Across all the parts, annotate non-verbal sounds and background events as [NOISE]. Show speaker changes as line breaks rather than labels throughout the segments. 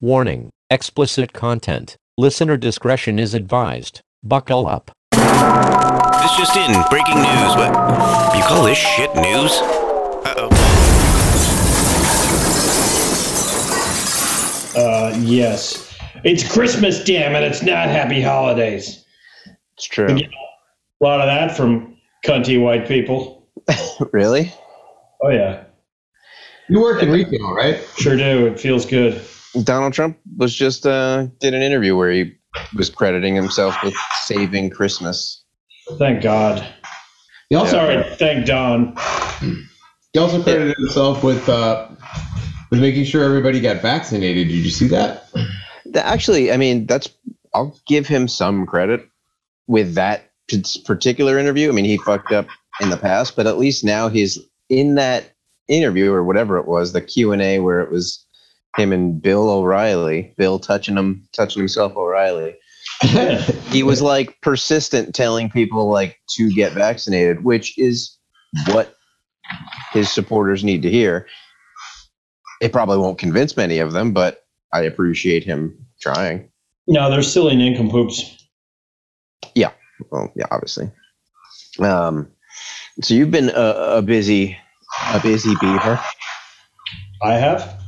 Warning explicit content. Listener discretion is advised. Buckle up.
This just in, breaking news. What? You call this shit news? Uh oh.
Uh, yes. It's Christmas, damn it. It's not happy holidays.
It's true.
Yeah. A lot of that from cunty white people.
Really?
Oh, yeah.
You work in retail, right?
Sure do. It feels good.
Donald Trump was just uh, did an interview where he was crediting himself with saving Christmas.
Thank God.
He also,
Sorry, thank Don.
he also credited himself with uh, with making sure everybody got vaccinated. Did you see that?
That actually, I mean, that's I'll give him some credit with that p- particular interview. I mean, he fucked up in the past, but at least now he's in that interview or whatever it was, the Q and A where it was him and Bill O'Reilly, Bill touching him, touching himself O'Reilly. he was like persistent telling people like to get vaccinated which is what his supporters need to hear it probably won't convince many of them but i appreciate him trying
No, they're silly nincompoops.
well yeah obviously um so you've been a, a busy a busy beaver
I have?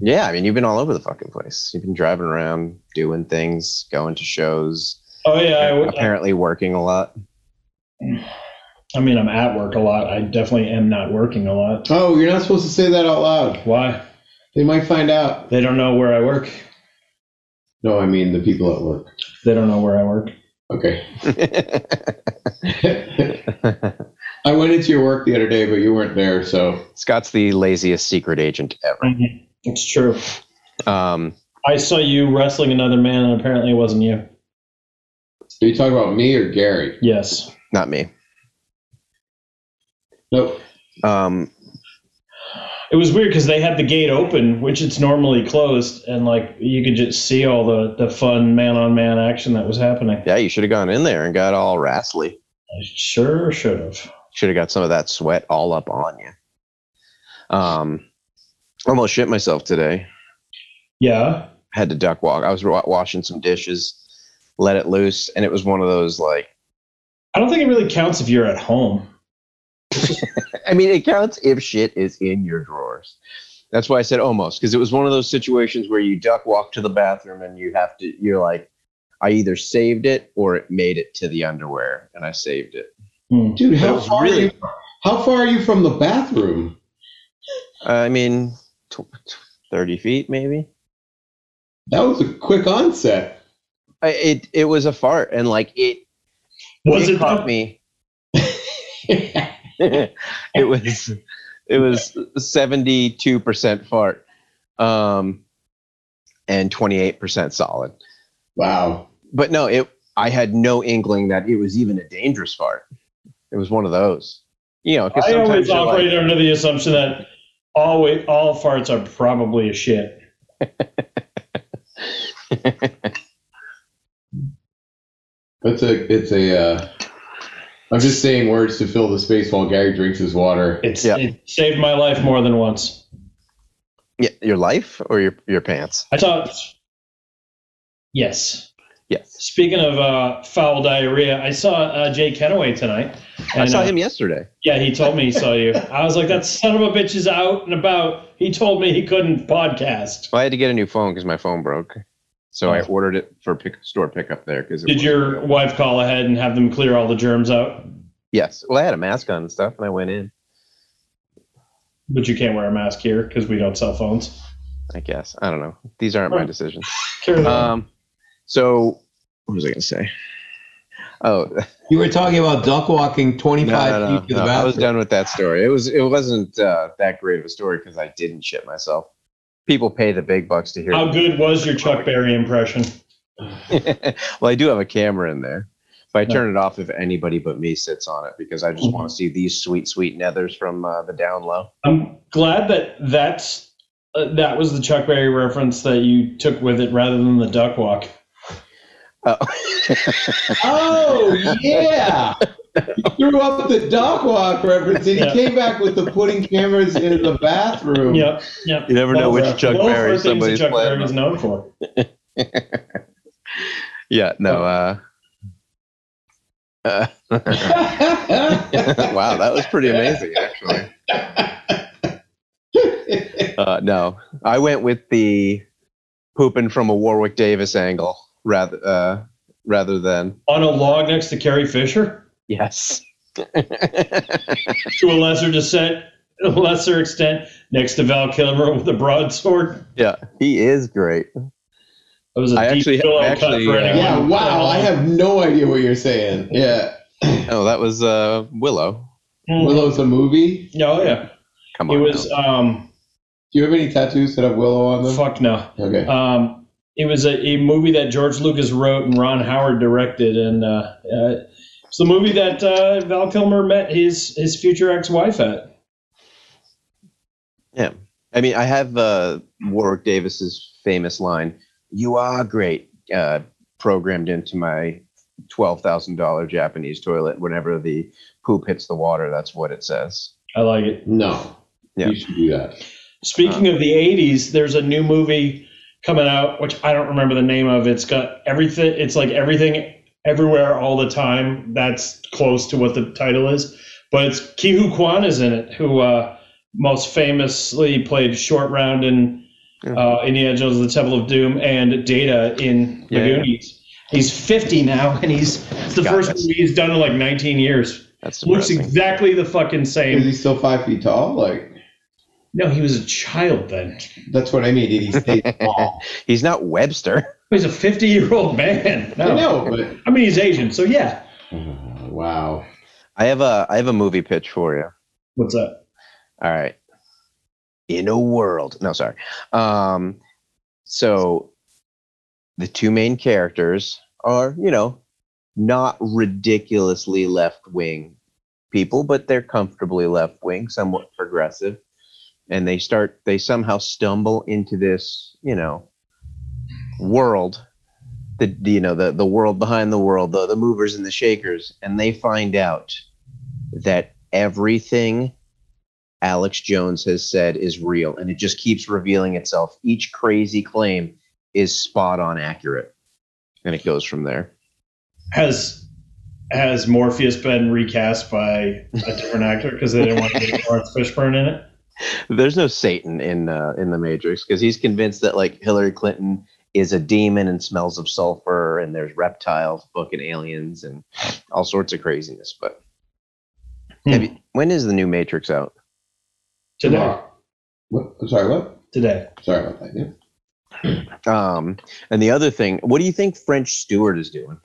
yeah i mean you've been all over the fucking place you've been driving around doing things going to shows
Oh, yeah. I, w-
apparently working a lot [LAUGHS]
I mean, I'm at work a lot. I definitely am not working a lot.
Oh, you're not supposed to say that out loud.
Why?
They might find out.
They don't know where I work.
No, I mean the people at work.
They don't know where I work.
Okay. [LAUGHS] I went into your work the other day, but you weren't there, so
scott's the laziest secret agent ever
It's true.
um
I saw you wrestling another man, and apparently it wasn't you.
are you talking about me or Gary?
Yes.
not me
Nope.
Um,
It was weird because they had the gate open, which it's normally closed, and like you could just see all the the fun man on man action that was happening.
yeah, you should have gone in there and got all wrastly.
I sure should have.
Should have got some of that sweat all up on you. Um, almost shit myself today.
Yeah.
Had to duck walk. I was wa- washing some dishes, let it loose, and it was one of those like.
I don't think it really counts if you're at home.
I mean, it counts if shit is in your drawers. That's why I said almost because it was one of those situations where you duck walk to the bathroom and you have to. You're like, I either saved it or it made it to the underwear, and I saved it.
Hmm.
Dude,
That
how
was
far
really-
are you, how far are you from the bathroom?
Uh, I mean, tw- tw- thirty feet maybe.
That was a quick onset. [LAUGHS]
I, it it was a fart, and like it
Was it?
caught
though?
me. [LAUGHS] it was it was seventy two percent fart, um, and twenty eight percent solid.
Wow.
But no, it I had no inkling that it was even a dangerous fart. It was one of those, you know. 'cause
I always
sometimes you're like-
operate under the assumption that always all farts are probably a shit.
That's a it's a uh, I'm just saying words to fill the space while Gary drinks his water.
It's
Yeah.
it saved my life more than once.
Yeah, your life or your your pants.
I thought. Yes.
Yes,
Speaking of uh, foul diarrhea, I saw uh, Jay Kenaway tonight.
I
and,
saw
uh,
him yesterday.
Yeah, he told me he saw [LAUGHS] you. I was like, that son of a bitch is out and about. He told me he couldn't podcast.
Well, I had to get a new phone because my phone broke, so I
Oh.
ordered it for pick, store pickup there. Because
Did your wife call ahead and have them clear all the germs out?
yes? Well, I had a mask on and stuff, and I went in.
But you can't wear a mask here because we don't sell phones.
I guess. I don't know. These aren't
Oh.
my
Right.
decisions.
Carry
Uh,
on.
Um, so what was I gonna say? Oh, [LAUGHS]
You were talking about duck walking
no,
25
no, no,
feet to
no.
the
I was
bathroom.
done with that story. It was it wasn't uh, that great of a story because I didn't shit myself. People pay the big bucks to hear.
Um,
How good was your Chuck Berry impression?
[LAUGHS] well, I do have a camera in there, but I turn it off if anybody but me sits on it because I just
Mm-hmm.
want to see these sweet, sweet nethers from uh, the down low.
I'm glad that that's uh, that was the Chuck Berry reference that you took with it rather than the
Oh.
duck walk.
Uh,
Oh yeah. threw up the dock walk reference and he came back with the putting cameras in the bathroom.
Yep, yep.
You never know
Those
which
are-
Chuck
uh, those are
Berry
things that
somebody's
Chuck
playing.
Berry is known for.
Yeah, no. Uh, uh, [LAUGHS] wow, that was pretty amazing, actually. Uh, no, I went with the pooping from a Warwick Davis angle rather uh, rather than
On a log next to Carrie Fisher,
yes.
to a lesser descent, [LAUGHS] a lesser extent, next to Val Kilmer with a broadsword.
yeah, he is great.
That was a
I
deep
actually-
pillow
I
cut
actually,
for
uh,
[LAUGHS]
anyone.
yeah, wow. I have no idea what you're saying. Yeah.
Oh, that was uh, Willow.
Mhm.
Willow's a movie.
Yeah, Oh yeah,
Come
it
on,
was. Um,
Do you have any tattoos that have Willow on them?
fuck no.
Okay.
Um, it was a, a movie that George Lucas wrote and Ron Howard directed, and uh, uh, it's the movie that uh, Val Kilmer met his his future ex wife at.
I mean, I have uh, Warwick Davis's famous line, "You are great," uh, programmed into my twelve thousand dollar Japanese toilet. Whenever the poop hits the water, that's what it says.
I like it.
no.
Yeah.
You should do that.
Speaking of the '80s, there's a new movie coming out which I don't remember the name of. It's got everything. It's like everything, everywhere, all the time. That's close to what the title is, but it's Kihu Kwan is in it, who uh, most famously played Short Round in uh, Indiana Jones and the Temple of Doom and Data in The
Yeah, yeah.
Goonies. He's 50 now, and he's it's the
God,
first
that's-
movie he's done in like 19 years.
That's
Looks
depressing.
exactly the fucking
Is he
same.
still five feet tall? Like
No, he was a child then.
that's what I mean. Did he stay tall?
He's not Webster. [LAUGHS]
He's a 50 year old man.
I
No.
know, but
I mean, he's Asian, so yeah.
Uh, wow.
I have a I have a movie pitch for you.
What's up?
All right. In a world. No, sorry. Um, so the two main characters are, you know, not ridiculously left wing people, but they're comfortably left wing, somewhat progressive. And they start, they somehow stumble into this, you know, world. The, you know the, the world behind the world the, the movers and the shakers and they find out that everything Alex Jones has said is real, and it just keeps revealing itself. Each crazy claim is spot on accurate, and it goes from there.
Has has Morpheus been recast by a different actor because they didn't want to [LAUGHS] get Lawrence Fishburne in it?
There's no Satan in uh, in the Matrix because he's convinced that like Hillary Clinton is a demon and smells of sulfur, and there's reptiles, fucking aliens, and all sorts of craziness. But have you, when is the new Matrix out?
Today.
Tomorrow. What? I'm sorry. What?
Today.
Sorry about that. Yeah.
Um, and the other thing, what do you think French Stewart is doing?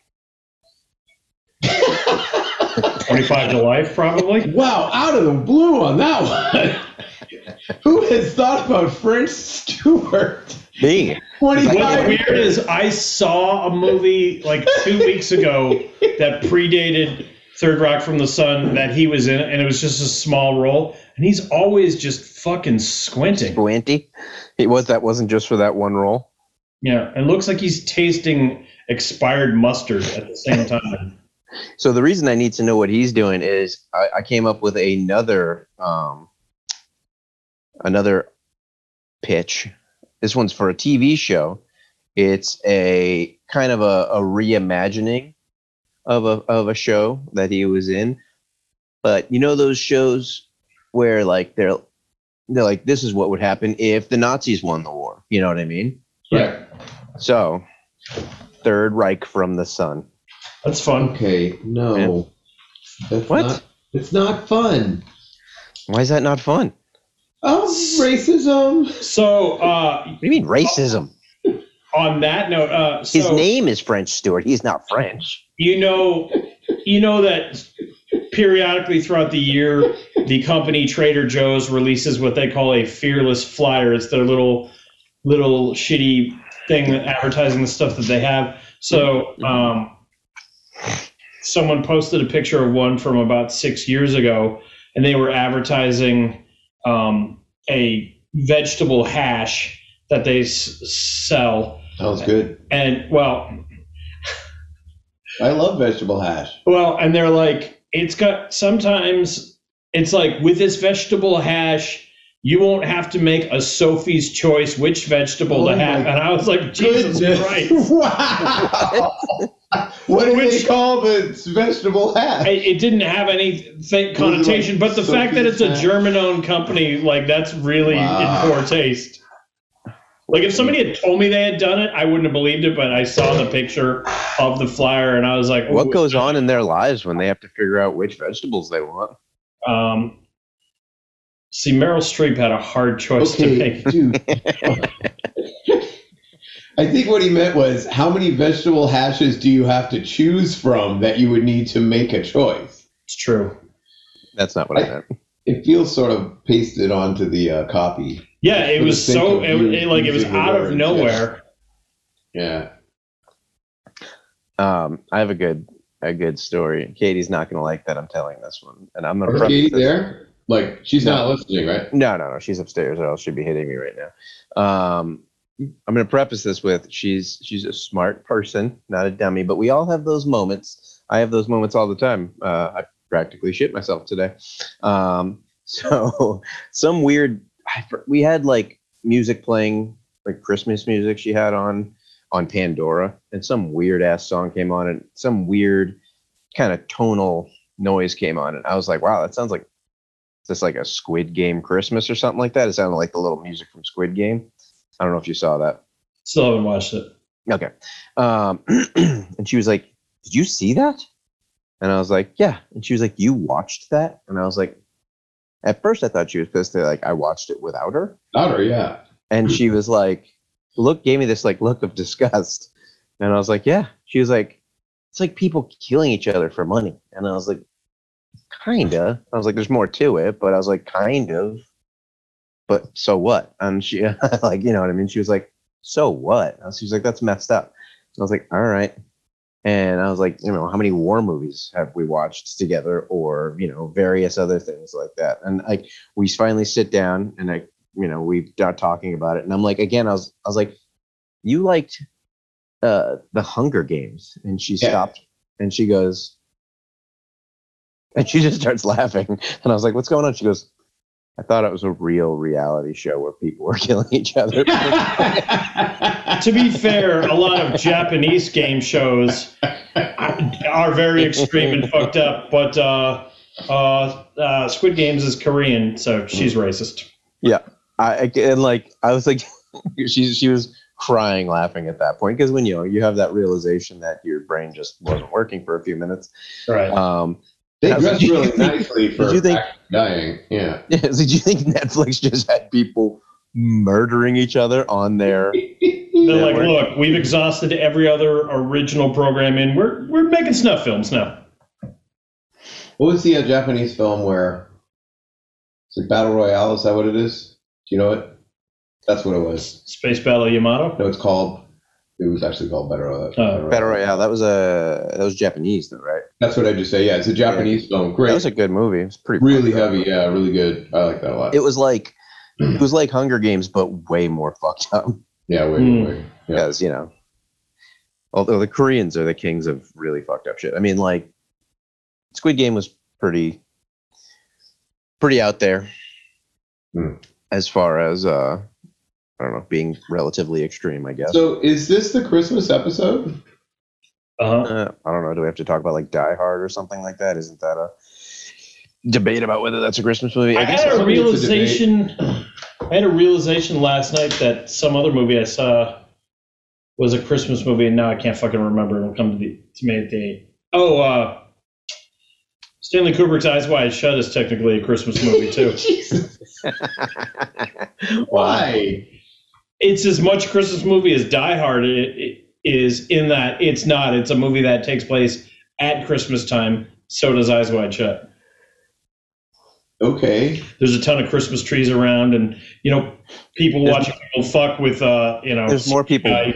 25 to life, [LAUGHS] probably.
Wow, out of the blue on that one. [LAUGHS] Who has thought about French Stewart?
Me.
25
What's weird is I saw a movie like two weeks ago that predated Third Rock from the Sun that he was in, and it was just a small role. And he's always just fucking squinting.
Squinty. It was that wasn't just for that one role.
Yeah, it looks like he's tasting expired mustard at the same time.
So the reason I need to know what he's doing is I, I came up with another um, another pitch. This one's for a TV show. It's a kind of a, a reimagining of a of a show that he was in. But you know those shows where like they're they're like this is what would happen if the Nazis won the war. You know what I mean?
Right.
So Third Reich from the Sun.
That's fun.
Okay. No. That's
What?
Not, it's not fun.
Why is that not fun?
Oh, racism.
So uh,
What do you mean racism?
on that note, uh, so
His name is French Stewart. He's not French.
you know, you know that periodically throughout the year, the company Trader Joe's releases what they call a fearless flyer. It's their little little shitty thing advertising the stuff that they have. So um, someone posted a picture of one from about six years ago, and they were advertising um, a vegetable hash that they s- sell.
Sounds good.
And well,
I love vegetable hash.
well, and they're like, it's got sometimes it's like with this vegetable hash, you won't have to make a Sophie's choice which vegetable
Oh
to have.
my
And I was like, Jesus
[LAUGHS]
Christ.
wow.
[LAUGHS]
what do they
Which-
call the vegetable hat?
it, it didn't have any th- connotation, but the fact that it's a
Sophie's
German-owned company, like that's really
Wow.
in poor taste. Like if somebody had told me they had done it, I wouldn't have believed it. But I saw the picture of the flyer, and I was like,
What
"Ooh."
goes on in their lives when they have to figure out which vegetables they want?
Um, see, Meryl Streep had a hard choice to
okay,
make. [LAUGHS]
dude. I think what he meant was how many vegetable hashes do you have to choose from that you would need to make a choice?
It's true.
That's not what I [LAUGHS] meant.
It feels sort of pasted onto the uh, copy.
Yeah, it
For the
was
sake
so
of
it,
you
it- like it was
using the
out of
word,
nowhere.
Yeah.
Um, I have a good a good story. Katie's not gonna like that I'm telling this one, and I'm gonna.
Is
preface
Katie
this-
there? Like, she's
No.
not listening, right?
No, no, no. She's upstairs, or else she'd be hitting me right now. Um, I'm going to preface this with she's she's a smart person, not a dummy. But we all have those moments. I have those moments all the time. Uh, I practically shit myself today. Um, [LAUGHS] so some weird. I, for- we had like music playing, like Christmas music. She had on on Pandora, and some weird ass song came on, and some weird kind of tonal noise came on, and I was like, wow, that sounds like is this like a Squid Game Christmas or something like that? It sounded like the little music from Squid Game. I don't know if you saw that.
Still haven't watched it.
Okay. Um, [CLEARS THROAT] and she was like, Did you see that? And I was like, Yeah. And she was like, You watched that? And I was like, At first, I thought she was pissed that like I watched it without her.
Outer,
[LAUGHS]
yeah.
And she was like, Look, gave me this like look of disgust. And I was like, Yeah. She was like, It's like people killing each other for money. And I was like, Kinda. I was like, There's more to it, but I was like, Kind of. But so what? And she, [LAUGHS] like, you know what I mean? She was like, So what? And she was like, That's messed up. And I was like, All right. And I was like, you know, how many war movies have we watched together or, you know, various other things like that? And like, we finally sit down and I you know we got talking about it and i'm like again i was i was like you liked uh the hunger games and she
Yeah.
stopped and she goes and she just starts laughing and i was like what's going on she goes i thought it was a real reality show where people were [LAUGHS] killing each other
to be fair, a lot of Japanese game [LAUGHS] shows are very extreme and fucked up, but uh, uh, uh, Squid Games is Korean, so she's racist.
I I- and like I was like [LAUGHS] she she was crying laughing at that point because when you know you have that realization that your brain just wasn't working for a few minutes
Right.
um [LAUGHS]
They
I was
dress
like,
really nicely for
Did you think-
actually dying. Yeah.
Yeah, so do you think Netflix just had people murdering each other on
[LAUGHS]
their
They're
yeah,
like,
we're-
look, we've exhausted every other original program, and we're we're making snuff films now.
What was the uh, Japanese film where it's like Battle Royale? Is that what it is? Do you know it? That's what it was.
Space Battle Yamato.
No, it's called. It was actually called Battle Royale.
Oh.
battle royale? That was a that was Japanese though, right?
That's what I just say. Yeah, it's a Japanese film.
That
Great.
was a good movie. It was pretty
really
fucked up.
heavy. Yeah, really good. I like that a lot.
It was like it was like Hunger Games, but way more fucked up
yeah, wait,
Mm.
wait, wait. Yeah.
because you know, although the Koreans are the kings of really fucked up shit. I mean, like Squid Game was pretty pretty out there
Hmm.
as far as uh I don't know being relatively extreme, I guess.
So is this the Christmas
[LAUGHS]
episode?
Uh-huh.
Uh, I don't know. Do we have to talk about like Die Hard or something like that? Isn't that a debate about whether that's a Christmas movie?
I
it's
had a
something to
realization. I had a realization last night that some other movie I saw was a Christmas movie, and now I can't fucking remember. It'll come to, the, to me at the oh, uh, Stanley Kubrick's Eyes Wide Shut is technically a Christmas movie
[LAUGHS]
too.
Jesus. Why?
it's as much Christmas movie as Die Hard i- i- is in that it's not. It's a movie that takes place at Christmas time. So does Eyes Wide Shut.
Okay.
There's a ton of Christmas trees around, and you know, people
There's-
watching people fuck with uh, you know.
There's more people
uh,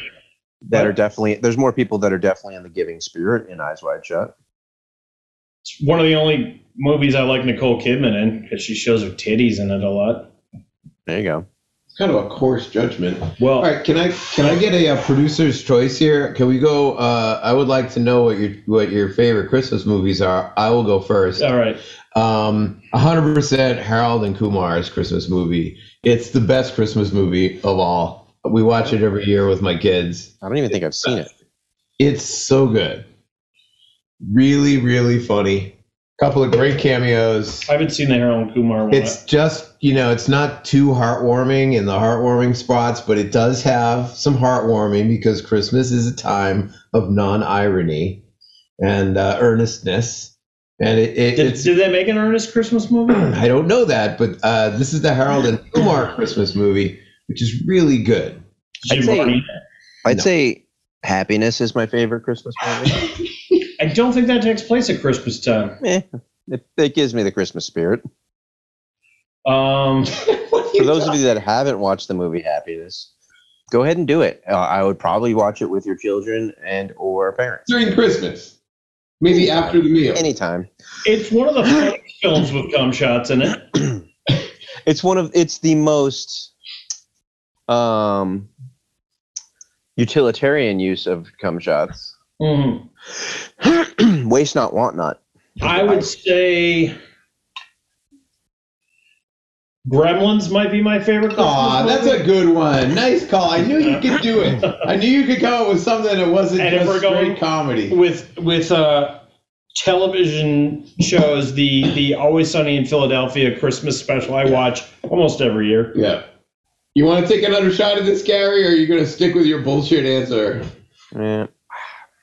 that are definitely there's more people that are definitely in the giving spirit in Eyes Wide Shut.
It's one of the only movies I like Nicole Kidman in because she shows her titties in it a lot.
There you go.
kind of a coarse judgment.
Well,
All right, can I can I get a, uh producer's choice here? Can we go? Uh, I would like to know what your what your favorite Christmas movies are. I will go first.
all right.
Um, 100% Harold and Kumar's Christmas movie. It's the best Christmas movie of all. We watch it every year with my kids.
I don't even think I've seen it.
It's so good. Really, really funny. Couple of great cameos.
I haven't seen the Harold Kumar one.
It's just, you know, it's not too heartwarming in the heartwarming spots, but it does have some heartwarming because Christmas is a time of non irony and uh, earnestness. And it, it,
did,
it's.
did they make an earnest Christmas
[CLEARS THROAT]
movie?
I don't know that, but uh, this is the Harold and Kumar Christmas movie, which is really good.
Jim
I'd say-
Varney?
I'd
No.
say Happiness is my favorite Christmas movie.
I don't think that takes place at Christmas time.
Eh, it, it gives me the Christmas spirit.
[LAUGHS]
Um,
For those of you that haven't watched the movie Happiness, go ahead and do it. Uh, I would probably watch it with your children and or parents
During Christmas, maybe after the meal.
anytime. [CLEARS THROAT]
it's one of the funniest films with cum shots in it.
It's one of it's the most um, utilitarian use of cum shots. [CLEARS THROAT]
Mhm.
Waste not, want not.
I would say Gremlins might be my favorite. Christmas
Aw,
movie.
that's a good one. Nice call. I knew you could do it. I knew you could come up with something that wasn't
And if
just
we're going-
straight comedy.
with with uh television shows the the always sunny in philadelphia christmas special i watch almost every year
Yeah. You want to take another shot at this, Gary, or are you going to stick with your bullshit answer?
Yeah.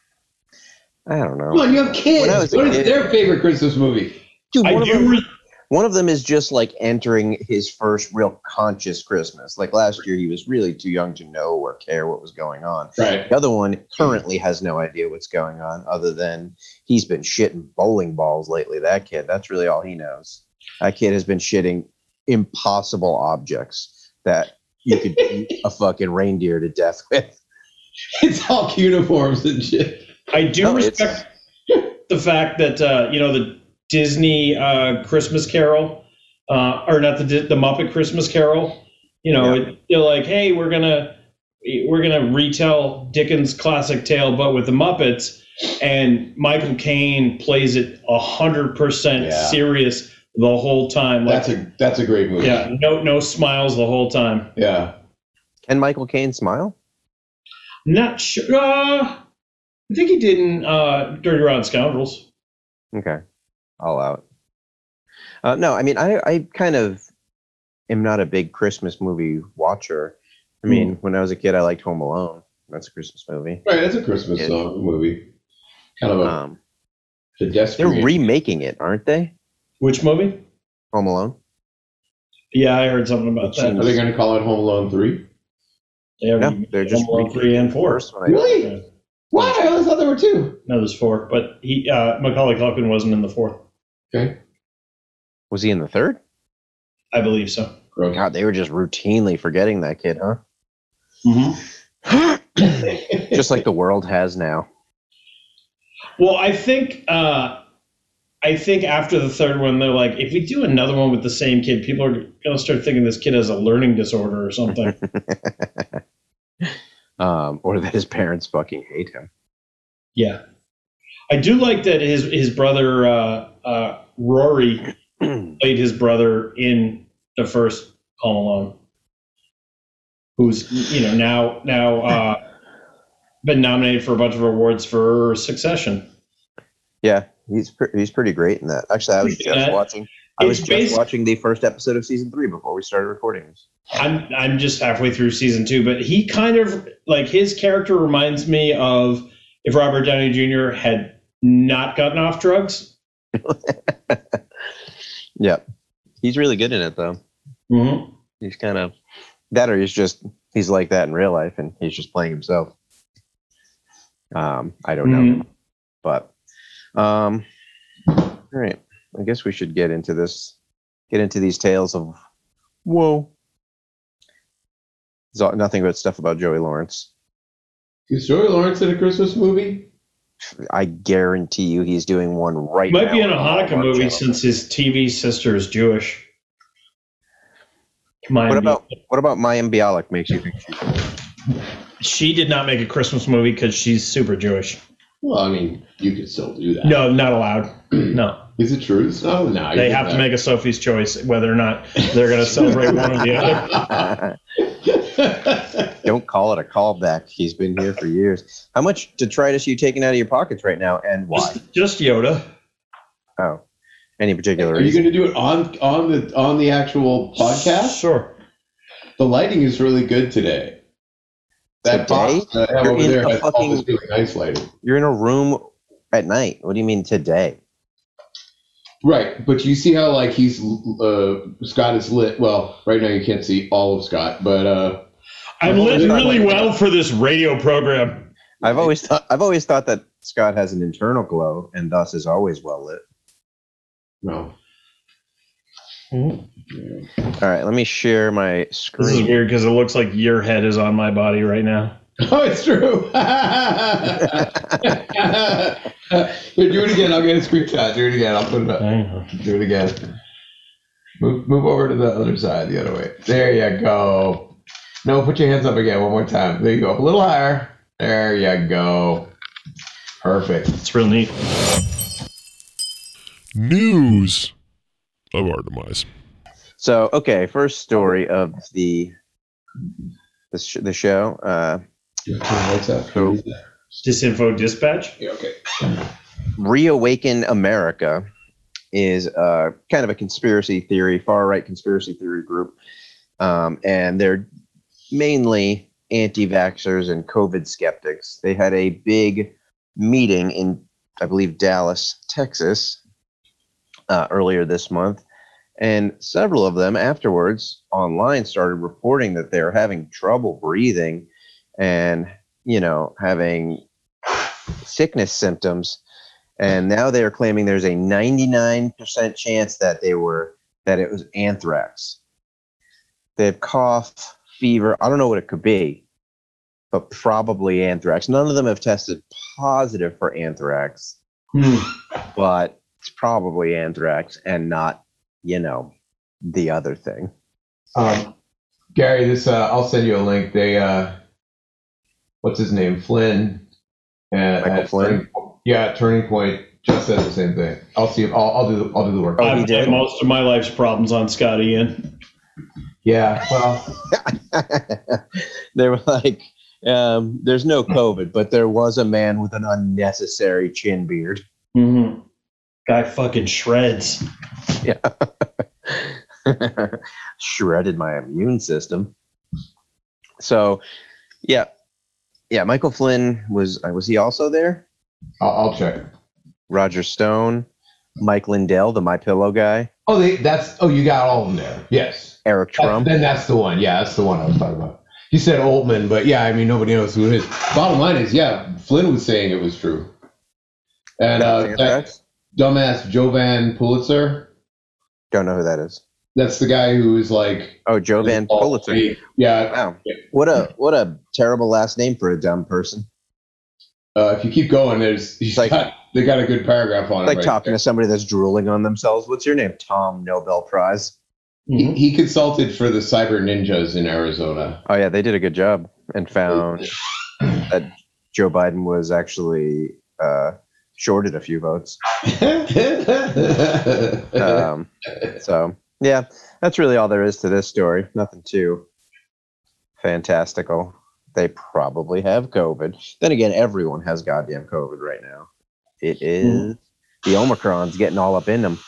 [SIGHS] I don't know.
Come on, you have kids.
When I
What
was
is
a kid-
their favorite Christmas movie?
Dude,
i
one, of
do
them,
re-
one of them is just like entering his first real conscious Christmas. Like last year, he was really too young to know or care what was going on.
Right. [LAUGHS]
The other one currently has no idea what's going on, other than he's been shitting bowling balls lately. That kid, that's really all he knows. That kid has been shitting impossible objects that you could beat a fucking reindeer to death with.
It's all uniforms and shit.
i do
No, it's-
respect the fact that uh you know the disney uh christmas carol uh or not the Di- the muppet christmas carol you know
Yeah.
it, they're like hey we're gonna we're gonna retell dickens classic tale but with the muppets and michael caine plays it a hundred percent
Yeah.
serious the whole time like
That's a that's a great movie.
Yeah, no, no smiles the whole time.
Yeah.
Can Michael Caine smile?
Not sure. Uh, I think he did in uh, Dirty Rotten Scoundrels.
Okay, all out. Uh, no, I mean, I, I kind of am not a big Christmas movie watcher. I mean, when I was a kid, I liked Home Alone. That's a Christmas movie.
Right. That's a Christmas
Yeah.
song movie. Kind of a
Um, they're
pedestrian.
remaking it, aren't they?
Which movie?
Home Alone.
Yeah, I heard something about that.
are they going to call it Home Alone Three?
They have
No, they're just
Home Alone three and four.
First one I-
Really?
Yeah.
Why? I always thought there were two.
No, there's four, but he uh, Macaulay Culkin wasn't in the fourth.
Okay.
Was he in the third?
I believe so.
Gross.
God, they were just routinely forgetting that kid, huh? Just like the world has now.
Well, I think uh, I think after the third one, they're like, if we do another one with the same kid, people are gonna start thinking this kid has a learning disorder or something.
Um, or that his parents fucking hate him.
Yeah, I do like that his his brother uh, uh, Rory played his brother in the first Home Alone, who's you know now now uh, been nominated for a bunch of awards for Succession.
yeah, he's pre- he's pretty great in that. Actually, I was
He's good
just
at it.
watching. I was
It's
just
basi-
watching the first episode of season three before we started recording this.
I'm I'm just halfway through season two, but he kind of like his character reminds me of if Robert Downey Jr. had not gotten off drugs.
He's really good in it, though.
Mm-hmm.
He's kind of that, or he's just he's like that in real life, and he's just playing himself. Um, I don't
Mm-hmm.
know. but um all right i guess we should get into this get into these tales of whoa it's all, nothing but stuff about joey lawrence
[LAUGHS] Is Joey Lawrence in a Christmas movie?
i guarantee you he's doing one right
He might be
now
in a
on the
Hanukkah
Hallmark
movie
Channel.
since his TV sister is Jewish. My
What about what about Mayim Bialik makes you think?
[LAUGHS]
[LAUGHS]
she did not make a Christmas movie because she's super Jewish.
Well, I mean, you could still do [CLEARS THROAT] that.
No, not allowed. No,
Is it true? No, no.
they have to make a Sophie's choice whether or not they're going to celebrate one or the other.
Don't call it a callback. He's been here for years. How much detritus are you taking out of your pockets right now, and why?
Just, just Yoda.
Oh, any particular
[LAUGHS] Are you
reason?
going to do it on on the on the actual podcast?
Sure.
The lighting is really good today. That
Today?
box that I have
You're
over
in
there
a
has
fucking-
always really nice lighting.
You're in a room at night. What do you mean today?
Right, but you see how like he's uh, Scott is lit. Well, right now you can't see all of Scott, but uh,
I'm lit really well for this radio program.
I've always thought I've always thought that Scott has an internal glow and thus is always well lit.
no. [LAUGHS]
All right, let me share my
This is
screen.
weird because it looks like your head is on my body right now.
Oh, it's true. [LAUGHS] Here, do it again. I'll get a screenshot. Do it again. I'll put it up.
Hang on.
Do it again. Move, move over to the other side, the other way. There you go. No, put your hands up again one more time. There you go. Up a little higher. There you go. Perfect.
It's real neat.
News of our demise.
So, okay, first story of the the, sh- the show. Uh,
What's that? Who's that?
Disinfo dispatch.
Yeah, okay.
Reawaken America is uh, kind of a conspiracy theory, far right conspiracy theory group. Um, and they're mainly anti vaxxers and COVID skeptics. They had a big meeting in, I believe, Dallas, Texas, uh, earlier this month. And several of them afterwards online started reporting that they were having trouble breathing and, you know, having sickness symptoms and now they are claiming there's a 99% chance that they were that it was anthrax they have cough fever i don't know what it could be but probably anthrax none of them have tested positive for anthrax
Hmm.
but it's probably anthrax and not you know the other thing [LAUGHS]
Um, Gary, this uh, I'll send you a link. They, uh, what's his name, Flynn? Uh, at
Flynn?
Turning, yeah, at Turning Point just said the same thing. I'll see. If, I'll, I'll do. The, I'll do the work.
Oh, he
I've
did?
had most of my life's problems on Scott Ian.
Yeah. Well,
they were like um, there's no covid but there was a man with an unnecessary chin beard
Mm-hmm. Guy fucking shreds.
[LAUGHS] shredded my immune system. So, yeah, yeah. Michael Flynn was uh, was he also there?
I'll, I'll check.
Roger Stone, Mike Lindell, the My Pillow guy,
Oh, they, that's. Oh, you got all of them there. Yes.
Eric
Oh, That-
Trump.
then that's the one. Yeah, that's the one I was talking about. He said Oldman, but yeah, I mean nobody knows who it is. Bottom line is, yeah, Flynn was saying it was true, and uh, that
Anthrax?
dumbass Jovan Pulitzer.
Don't know who that is.
That's the guy who is like
Oh, Joe Van
all
Pulitzer.
fake. Yeah.
Wow, what a what a terrible last name for a dumb person.
Uh, if you keep going, there's he's
It's like-
got, they got a good paragraph on
It's like
it. right
talking
there.
to somebody that's drooling on themselves. What's your name? Tom Nobel Prize. Mm-hmm.
He, he consulted for the cyber ninjas in Arizona.
Oh yeah, they did a good job and found
[LAUGHS]
that Joe Biden was actually uh, shorted a few votes. Uh, um, so yeah, that's really all there is to this story. Nothing too fantastical. They probably have COVID. Then again, everyone has goddamn COVID right now. It is the Omicron's getting all up in them.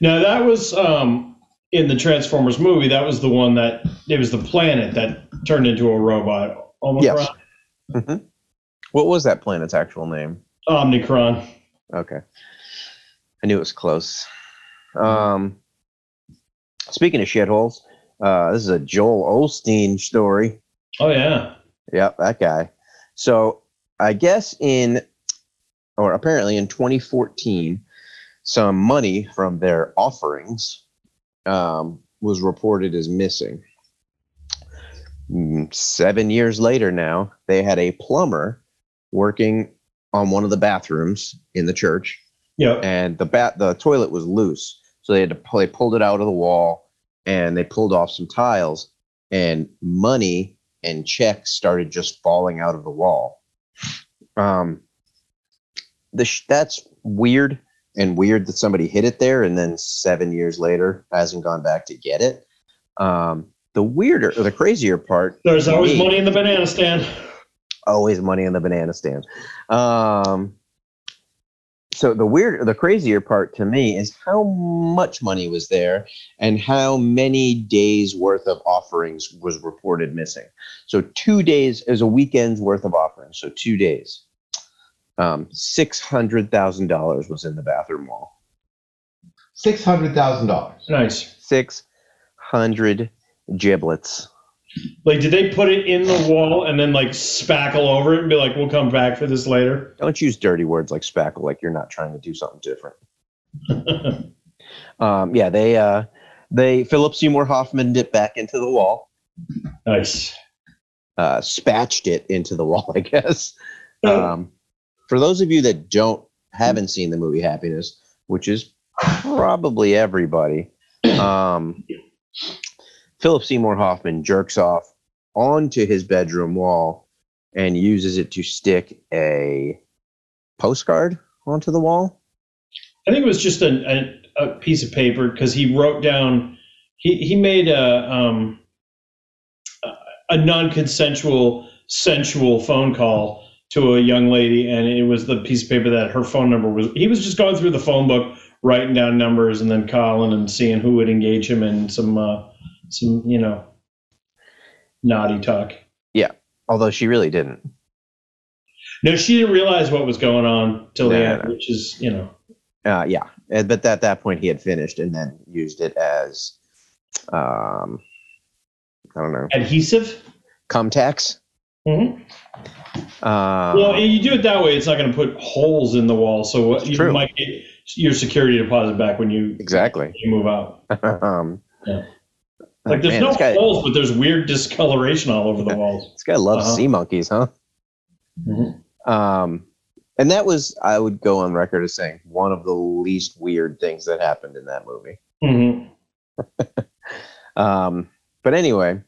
Now that was um, in the Transformers movie. That was the one that it was the planet that turned into a robot. Omicron,
Yes. Mhm. What was that planet's actual name?
Omnicron.
Okay, I knew it was close. Um, speaking of shitholes, uh, this is a Joel Olstein story.
Oh yeah.
Yep, that guy. So I guess in, or apparently in 2014, some money from their offerings um, was reported as missing. Mm, Seven years later, now they had a plumber working on one of the bathrooms in the church
Yep.
and the bat the toilet was loose so they had to pull, they pulled it out of the wall and they pulled off some tiles, and money and checks started just falling out of the wall. Um, the sh- that's weird and weird that somebody hid it there and then seven years later hasn't gone back to get it. Um, the weirder or the crazier part
There's always
Me.
money in the banana stand.
always money in the banana stand. Um, so the weird, the crazier part to me is how much money was there and how many days worth of offerings was reported missing. So two days is a weekend's worth of offerings. So two days, um, six hundred thousand dollars was in the bathroom wall.
Six hundred thousand dollars.
Nice.
Six hundred giblets.
Like, did they put it in the wall and then like spackle over it and be like, "We'll come back for this later"?
Don't use dirty words like spackle, like you're not trying to do something different. um, yeah, they uh, they Philip Seymour Hoffman dipped back into the wall,
Nice.
uh, spatched it into the wall, [LAUGHS] I guess. Um, for those of you that don't haven't seen the movie Happiness, which is probably everybody, um, Philip Seymour Hoffman jerks off onto his bedroom wall and uses it to stick a postcard onto the wall.
I think it was just a, a, a piece of paper because he wrote down he, he made a um, a- a non-consensual sensual phone call to a young lady and it was the piece of paper that her phone number was he was just going through the phone book writing down numbers and then calling and seeing who would engage him in some uh, some you know naughty talk
although she really didn't.
no she didn't realize what was going on till the
No, no,
end which is you know
Uh, yeah, Uh, but at that point he had finished and then used it as, um, I don't know,
adhesive
cum tax.
hmm
Uh,
Well, and you do it that way, it's not going to put holes in the wall. So what- you
true.
might get your security deposit back when you,
exactly.
you move out.
um,
Yeah.
oh,
Like there's
man,
no
this, guy,
holes, but there's weird discoloration all over the walls.
this guy loves
Uh-huh.
sea monkeys, huh?
Mhm.
Um, and that was, I would go on record as saying, one of the least weird things that happened in that movie.
Mhm.
Um, but anyway,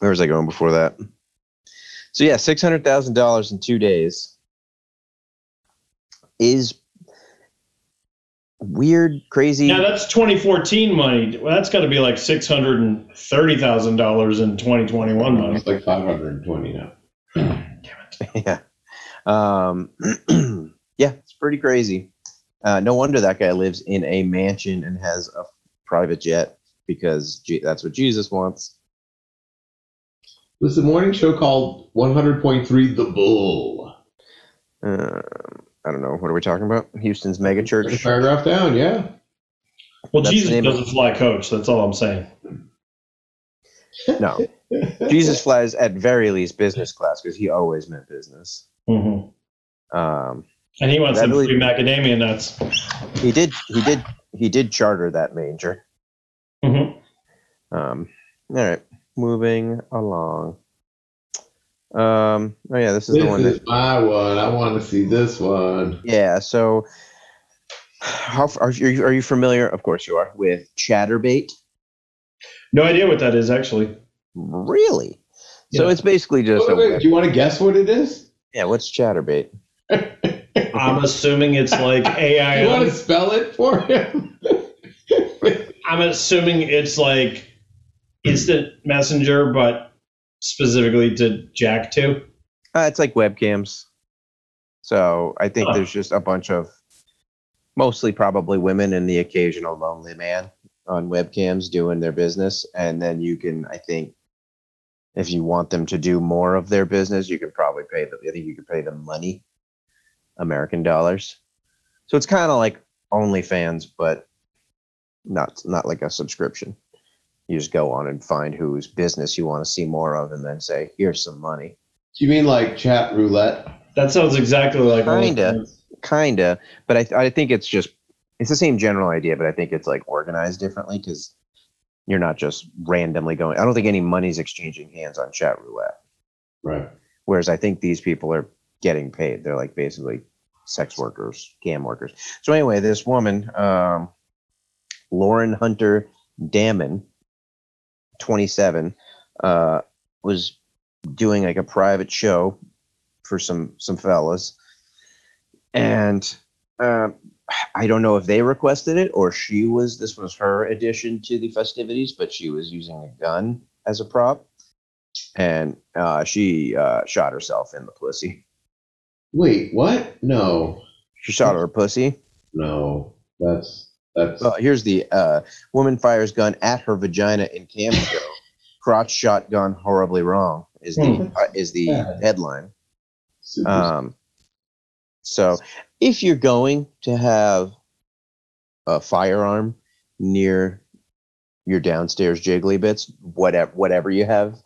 where was I going before that? So yeah, six hundred thousand dollars in two days is weird, crazy.
Now that's 2014 money. Well, that's got to be like six hundred and thirty thousand dollars in 2021 money.
Mm-hmm.
It's like 520 now.
yeah, um, [CLEARS THROAT] yeah, it's pretty crazy. Uh, no wonder that guy lives in a mansion and has a private jet because Je- that's what Jesus wants.
This is a morning show called 100.3 The Bull.
Uh, I don't know. What are we talking about? Houston's mega
There's a
church.
paragraph down, yeah.
Well,
That's the
Jesus
name of-
doesn't fly coach. That's all I'm saying.
No. Jesus flies at very least business class because he always meant business.
hmm
Um,
And he wants
That
them
really-
free macadamia nuts.
he did, he did, he did charter that manger.
Mm-hmm.
Mhm.
Um, all right, moving along. Um, oh yeah, this is the
This
one
is
that.
my one. I want to see this one.
Yeah, so how f- are you? Are you familiar? Of course you are with ChatterBait.
No idea what that is actually.
Really? So
Yeah.
it's basically just a
Wait, wait,
web-
do you want to guess what it is?
yeah. What's ChatterBait?
I'm assuming it's
[LAUGHS]
like
You want to
AI.
spell it for him? [LAUGHS]
I'm assuming it's like instant messenger, but specifically to Jack too.
Uh, it's like webcams. So I think
Huh.
there's just a bunch of mostly probably women and the occasional lonely man on webcams doing their business. And then you can, I think, if you want them to do more of their business, you can probably pay them. I think you can pay them money, American dollars. So it's kind of like OnlyFans, but not not like a subscription. You just go on and find whose business you want to see more of, and then say, "Here's some money."
Do you mean like chat roulette?
That sounds exactly like
Kinda. kinda but I, I think it's just it's the same general idea but i think it's like organized differently because you're not just randomly going i don't think any money's exchanging hands on chat roulette
Right.
whereas i think these people are getting paid they're like basically sex workers cam workers so anyway this woman um, lauren hunter Damon, 27, uh, was doing like a private show for some some fellas, and um, I don't know if they requested it or she was. This was her addition to the festivities, but she was using a gun as a prop, and uh, she uh, shot herself in the pussy.
Wait, what? No,
She shot her pussy.
no, that's that's
Well, here's the uh, woman fires gun at her vagina in camera. Crotch shot gun horribly wrong is the uh, is the
Yeah.
headline.
super.
Um, so if you're going to have a firearm near your downstairs jiggly bits, whatever whatever you have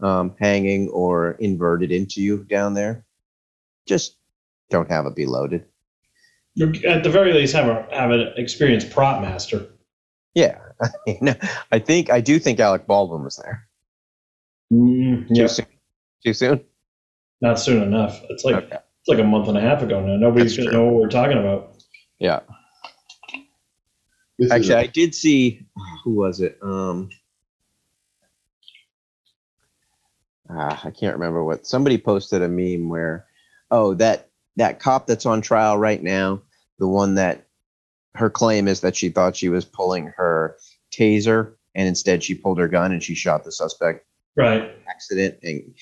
um, hanging or inverted into you down there, just don't have it be loaded.
You're, at the very least, have a have an experienced prop master.
Yeah, [LAUGHS] I think I do think Alec Baldwin was there.
Mm,
Too
yeah,
soon. Too soon.
not soon enough. It's like
Okay.
it's like a month and a half ago now. Nobody's
That's
gonna know what we're talking about.
Yeah.
This is
Actually,
a-
I did see. Who was it? Um. ah, I can't remember what somebody posted a meme where, oh that that cop that's on trial right now, the one that her claim is that she thought she was pulling her taser and instead she pulled her gun and she shot the suspect
Right.
accident and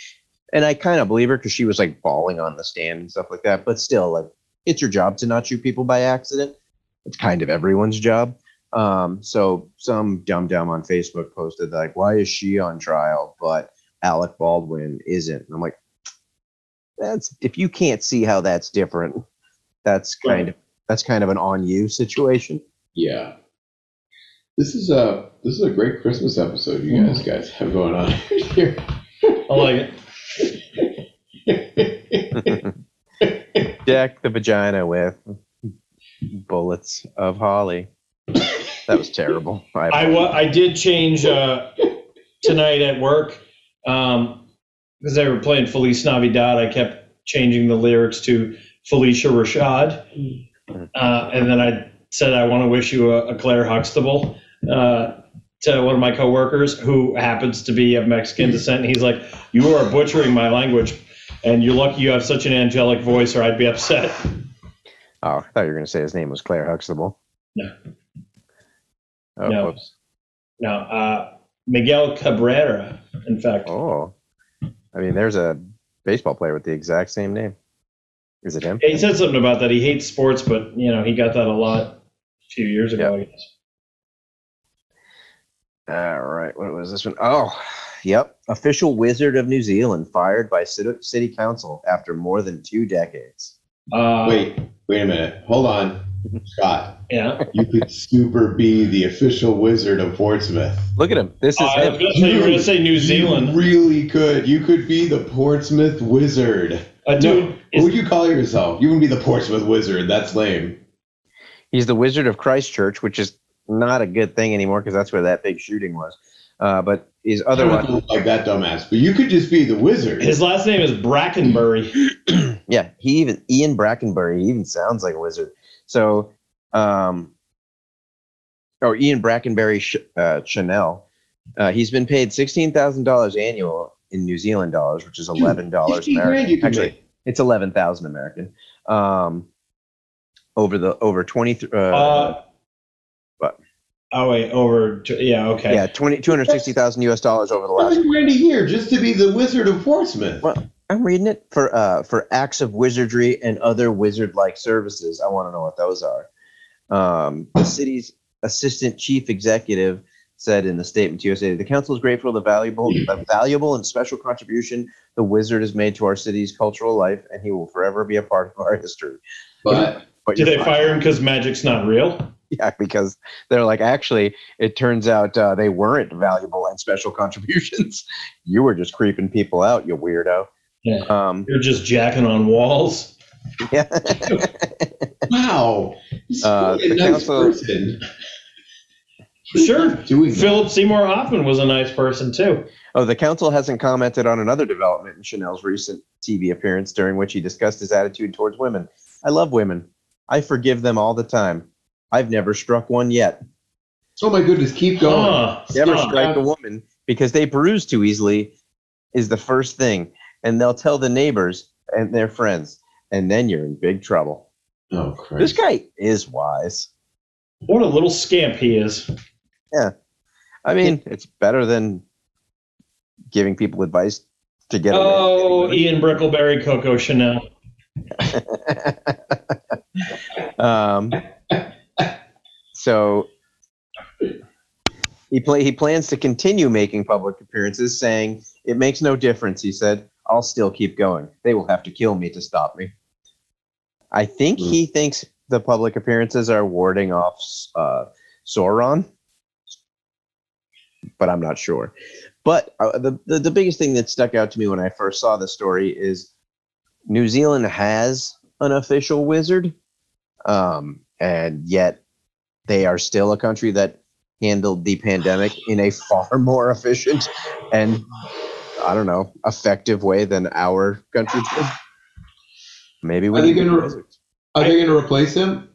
and I kind of believe her because she was like bawling on the stand and stuff like that. But still, like it's your job to not shoot people by accident. It's kind of everyone's job. Um, so some dumb dumb on Facebook posted like, "Why is she on trial but Alec Baldwin isn't?" And I'm like, "That's if you can't see how that's different, that's kind of that's kind of an on you situation."
Yeah. This is a this is a great Christmas episode you
Hmm.
guys guys have going on [LAUGHS] here.
I like it.
Deck the vagina with bullets of holly. That was terrible.
I wa- I did change uh, tonight at work because they were playing Feliz Navidad. I kept changing the lyrics to Felicia Rashad, uh, and then I said I want to wish you a, a Claire Huxtable uh, to one of my coworkers who happens to be of Mexican descent. And he's like, "You are butchering my language." And you're lucky you have such an angelic voice, or I'd be upset.
Oh, I thought you were going to say his name was Claire Huxtable.
No.
Oh,
No.
whoops.
Now, uh, Miguel Cabrera, in fact,
Oh. I mean, there's a baseball player with the exact same name. Is it him?
Yeah, he said something about that. He hates sports, but you know he got that a lot a few years ago. I guess.
All right. What was this one? Oh, yep. Official Wizard of New Zealand fired by city, city council after more than two decades.
Uh,
wait, wait a minute. Hold on.
Mhm.
Scott,
yeah.
you could super be the official wizard of Portsmouth.
Look at him. This is
Uh, I was
him.
gonna say you were gonna say New Zealand.
You really could. You could be the Portsmouth wizard.
A dude
No, what
is
would you call yourself? You wouldn't be the Portsmouth wizard. That's lame.
He's the Wizard of Christchurch, which is not a good thing anymore because that's where that big shooting was. Uh, but is
I don't
otherwise.
look like that dumbass. But you could just be the wizard.
his last name is Brackenbury.
[CLEARS THROAT] yeah, he even Ian Brackenbury he even sounds like a wizard. So, um, or Ian Brackenbury Sh- uh, Chanel, uh, he's been paid sixteen thousand dollars annual in New Zealand dollars, which is eleven dollars
15 grand you
American.
can
Actually,
make.
it's eleven thousand American. Um, over the over twenty th- uh,
Uh,
What?
Oh wait, over. To, yeah. Okay.
yeah twenty two hundred sixty thousand U.S. dollars over the last.
Seven grand a year just to be the wizard of Portsmouth.
Well- I'm reading it for uh for acts of wizardry and other wizard-like services. I want to know what those are. Um, the city's assistant chief executive said in the statement to USA, the council is grateful for the
[CLEARS THROAT]
valuable, the valuable and special contribution the wizard has made to our city's cultural life, and he will forever be a part of our history.
But
But
Did
you're
they
fine.
fire him because magic's not real?
Yeah, because they're like, actually, it turns out uh, they weren't valuable and special [LAUGHS] contributions. you were just creeping people out, you weirdo.
Yeah.
Um,
You're just jacking on walls.
wow, this is
Uh,
really a
the
nice
council-
person.
Sure.
Doing that.
Philip Seymour Hoffman was a nice person too.
Oh, the council hasn't commented on another development in Chanel's recent TV appearance, during which he discussed his attitude towards women. I love women. I forgive them all the time. I've never struck one yet.
Oh my goodness, keep going.
Huh.
You ever
Huh.
strike a woman because they bruise too easily is the first thing, and they'll tell the neighbors and their friends, and then you're in big trouble.
Oh
This
Christ.
guy is wise.
What a little scamp he is.
I mean, it's better than giving people advice to get away.
Oh, Ian Brickleberry, Coco Chanel.
Um, so he play he plans to continue making public appearances, saying it makes no difference. He said, "I'll still keep going. They will have to kill me to stop me." I think he thinks the public appearances are warding off uh, Sauron, but I'm not sure. But uh, the, the the biggest thing that stuck out to me when I first saw the story is New Zealand has an official wizard um, and yet they are still a country that handled the pandemic in a [LAUGHS] far more efficient and I don't know effective way than our country did. Maybe we
Are they
need
gonna-
wizards.
Are they gonna replace him?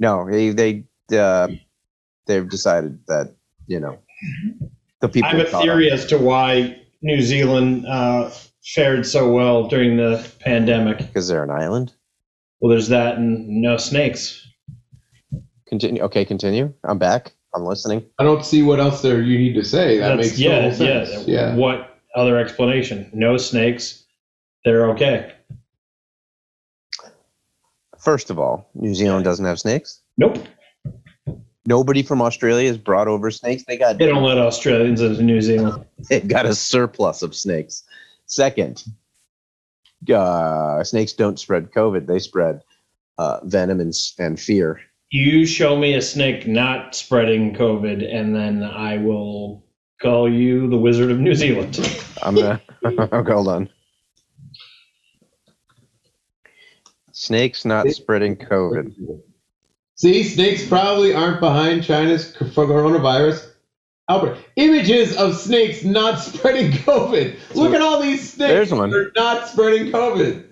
no they they uh, they've decided that you know the
I
people
have
are
a
caught
theory as to why New Zealand uh, fared so well during the pandemic.
up because they're an island.
Well, there's that and no snakes.
Continue. Okay, continue. I'm back. I'm listening.
I don't see what else there you need to say. That makes
yeah,
total sense.
yeah. What other explanation? No snakes. They're okay.
First of all, New Zealand doesn't have snakes.
Nope.
Nobody from Australia has brought over snakes. They got [LAUGHS]
They don't let Australians into New Zealand.
they've got a surplus of snakes. Second, uh, snakes don't spread COVID; they spread uh, venom and, s- and fear.
You show me a snake not spreading COVID, and then I will call you the Wizard of New Zealand.
I'm [LAUGHS] gonna okay, hold on. Snakes not spreading COVID.
See, snakes probably aren't behind China's c- for coronavirus. Albert, images of snakes not [LAUGHS] spreading COVID. Look at all these snakes.
There's one.
They're not spreading COVID.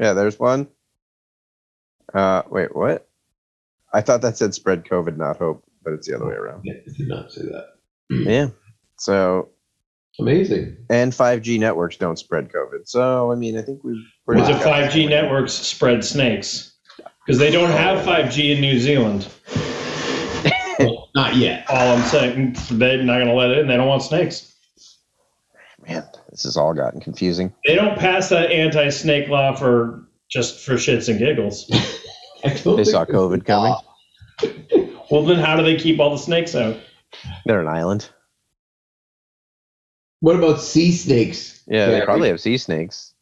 Yeah, there's one. Uh, wait, what? I thought that said spread COVID, not hope, but it's the other way around.
I did not say that.
Yeah. So,
Amazing.
and 5G networks don't spread COVID. So, I mean, I think we've. we're
Because
not-
if 5G networks spread snakes, because they don't have 5G in New Zealand.
Not yet.
All Oh, I'm saying, they're not going to let it in. They don't want snakes.
Man, this has all gotten confusing.
They don't pass that anti-snake law for just for shits and giggles.
I don't
They
think
saw COVID coming.
Well, then how do they keep all the snakes out?
They're an island.
What about sea snakes?
Yeah,
Yeah.
they probably have sea snakes.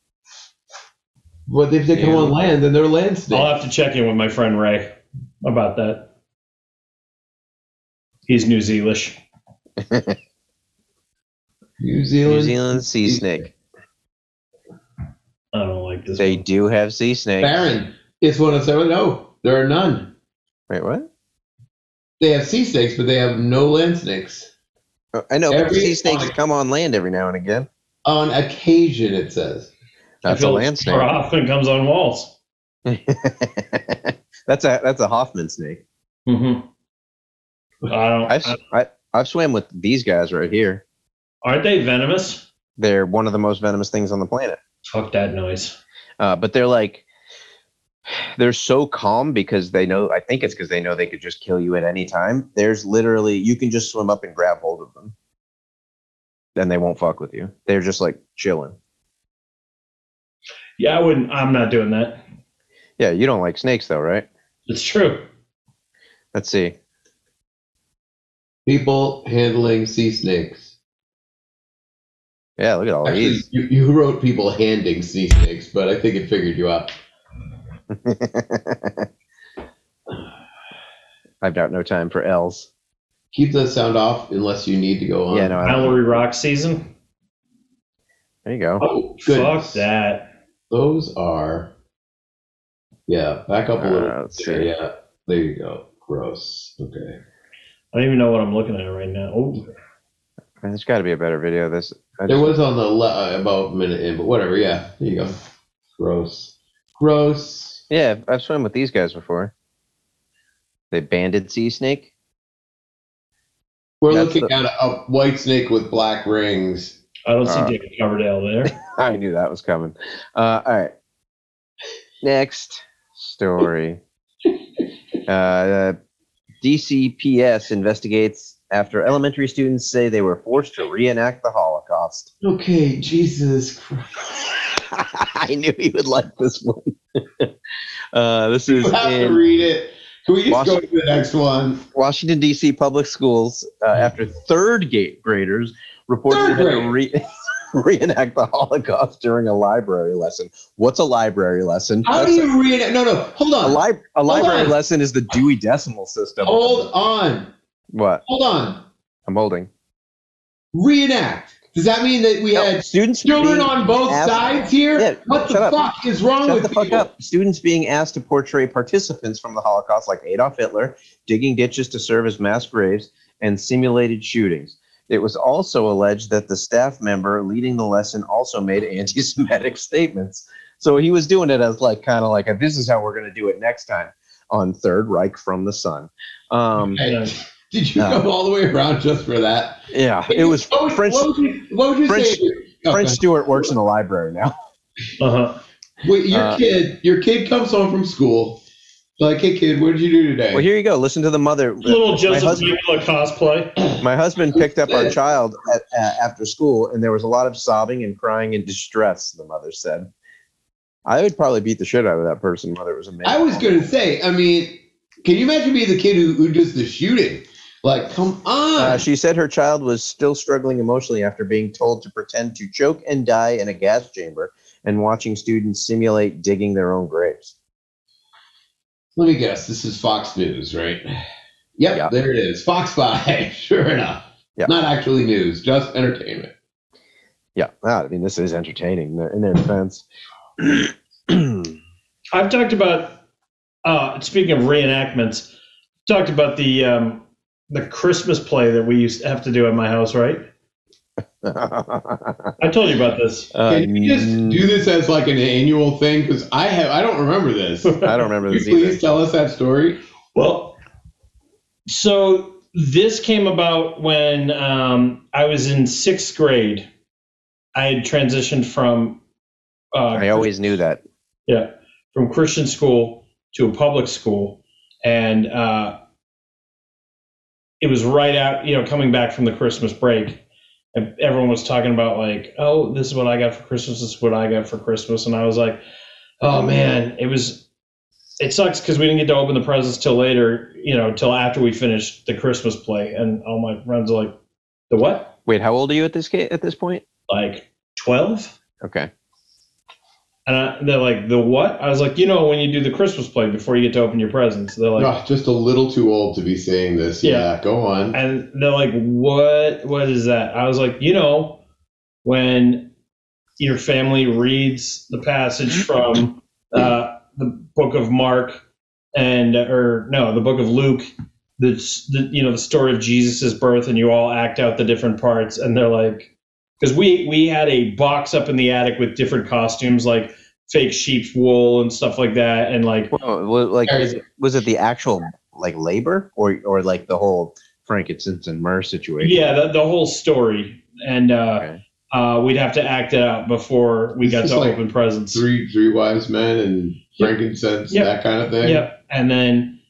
What if they come
Yeah.
on land and they're land snakes?
I'll have to check in with my friend Ray about that. He's New Zealish.
New
New
Zealand.
Zealand sea
sea
snake.
I don't like this.
They
one.
do have sea snakes.
Barren. It's 107. No, there are none.
Wait, what?
They have sea snakes, but they have no land snakes.
Oh, I know, but
Every
sea snakes
time.
come on land every now and again.
On occasion, it says.
I
That's a
feel
land snake.
More often comes on walls.
[LAUGHS] that's a that's a Hoffman snake.
Mm-hmm. I don't.
Uh,
I've s- I, I've swam with these guys right here.
aren't they venomous?
They're one of the most venomous things on the planet.
Fuck that noise.
Uh, but they're like they're so calm because they know. I think it's because they know they could just kill you at any time. There's literally you can just swim up and grab hold of them, then they won't fuck with you. They're just like chilling.
Yeah, I wouldn't. I'm not doing that.
Yeah, you don't like snakes though, right?
It's true.
Let's see.
People handling sea snakes.
Yeah, look at
[CLEARS THROAT]
all
Actually,
these.
you, you wrote people handing sea snakes, but I think it figured you out.
I've got no time for L's.
Keep the sound off unless you need to go on.
Yeah, no. I don't,
Mallory Rock season.
there you go.
Oh, good.
Fuck that.
Those are. Yeah, back up a
Uh,
little.
let's
there,
see.
yeah, there you go. Gross. Okay.
I don't even know what I'm looking at right now. Oh,
There's got to be a better video. of This. I
There
just-
was on the le- uh, about a minute in, but whatever. Yeah, there you go. Gross. Gross.
Yeah, I've- I've swum with these guys before. The banded sea snake.
We're
That's
looking at a, a white snake with black rings.
I don't see
Uh,
David Coverdale there.
I knew that was coming. Uh, all right. Next
[LAUGHS]
story. Uh, DCPS investigates after elementary students say they were forced to reenact the Holocaust. [LAUGHS]
Okay, Jesus Christ.
I knew he would like this one. [LAUGHS] uh, this is
You have to
in
read it. Can we just
Washington-
go to the next one?
Washington D.C. public schools uh, after third gate graders reported
Third
that they re- [LAUGHS] reenact the Holocaust during a library lesson. What's a library lesson?
How do
That's-
you read it? No, no. Hold
a,
on.
lib- a library
on.
lesson is the Dewey Decimal System.
Hold on.
What?
Hold on.
I'm holding.
Reenact. Does that mean that we
No,
had
students
children
being
on both
asked-
sides here?
Yeah,
what the
shut up.
fuck is wrong
Shut
with
the fuck
people?
up. Students being asked to portray participants from the Holocaust like Adolf Hitler, digging ditches to serve as mass graves, and simulated shootings. It was also alleged that the staff member leading the lesson also made anti Semitic [LAUGHS] statements. So he was doing it as like kind of like a, this is how we're gonna do it next time on Third Reich from the Sun.
[LAUGHS]
Um,
Hey, did you
No.
come all the way around just for that?
yeah, it was
What would-
French
What would you, what would you
French-
say? Oh,
French Stewart works in a library now.
Uh-huh.
Wait, your
Uh,
kid, your kid comes home from school. Like, hey kid, what did you do today?
Well, here you go. Listen to the mother.
Little Joseph
husband-
Mengele cosplay.
My husband picked up our child at, uh, after school, and there was a lot of sobbing and crying in distress. The mother said, "I would probably beat the shit out of that person, whether it was a man."
I was gonna say, I mean, can you imagine being the kid who, who does the shooting? Like, come on.
Uh, she said her child was still struggling emotionally after being told to pretend to choke and die in a gas chamber and watching students simulate digging their own graves.
Let me guess, this is Fox News, right? Yep,
Yeah.
there it is. Fox 5, [LAUGHS] sure enough.
Yeah.
Not actually news, just entertainment.
Yeah, ah, I mean, this is entertaining in their, in their
[CLEARS THROAT]
defense.
I've talked about uh speaking of reenactments, talked about the um the Christmas play that we used to have to do at my house, right?
Uh,
I told you about this.
Can you just do this as like an annual thing? Because I have I don't remember this. Can
I don't remember
you
this
please
either.
tell us that story?
Well, so this came about when um, I was in sixth grade. I had transitioned from
I
uh,
always knew that.
yeah from Christian school to a public school, and uh, it was right out you know coming back from the Christmas break, and everyone was talking about like, oh, this is what I got for Christmas. This is what I got for Christmas, and I was like, oh man, it was it sucks because we didn't get to open the presents till later, you know, till after we finished the Christmas play. And all my friends are like, the what?
Wait, how old are you at this ca- at this point?
Like 12?
Okay.
And I, they're like, the what? I was like, you know, when you do the Christmas play before you get to open your presents. They're like,
Ugh, Ah, just a little too old to be saying this.
Yeah.
Yeah, go
Um,
on.
and they're like, what? What is that? I was like, you know, when your family reads the passage from uh, the book of Mark and or no, the book of Luke, the, the you know the story of Jesus's birth, and you all act out the different parts, and they're like, because we we had a box up in the attic with different costumes, like fake sheep's wool and stuff like that, and like
Well, well, like
Sorry.
is it- was it the actual like labor or or like the whole frankincense and myrrh situation?
Yeah, the, the whole story, and uh,
Okay.
uh, we'd have to act it out before we
This
got
is
to
like
open presents.
Three three wise men and frankincense,
Yep.
that kind of thing.
Yep, and then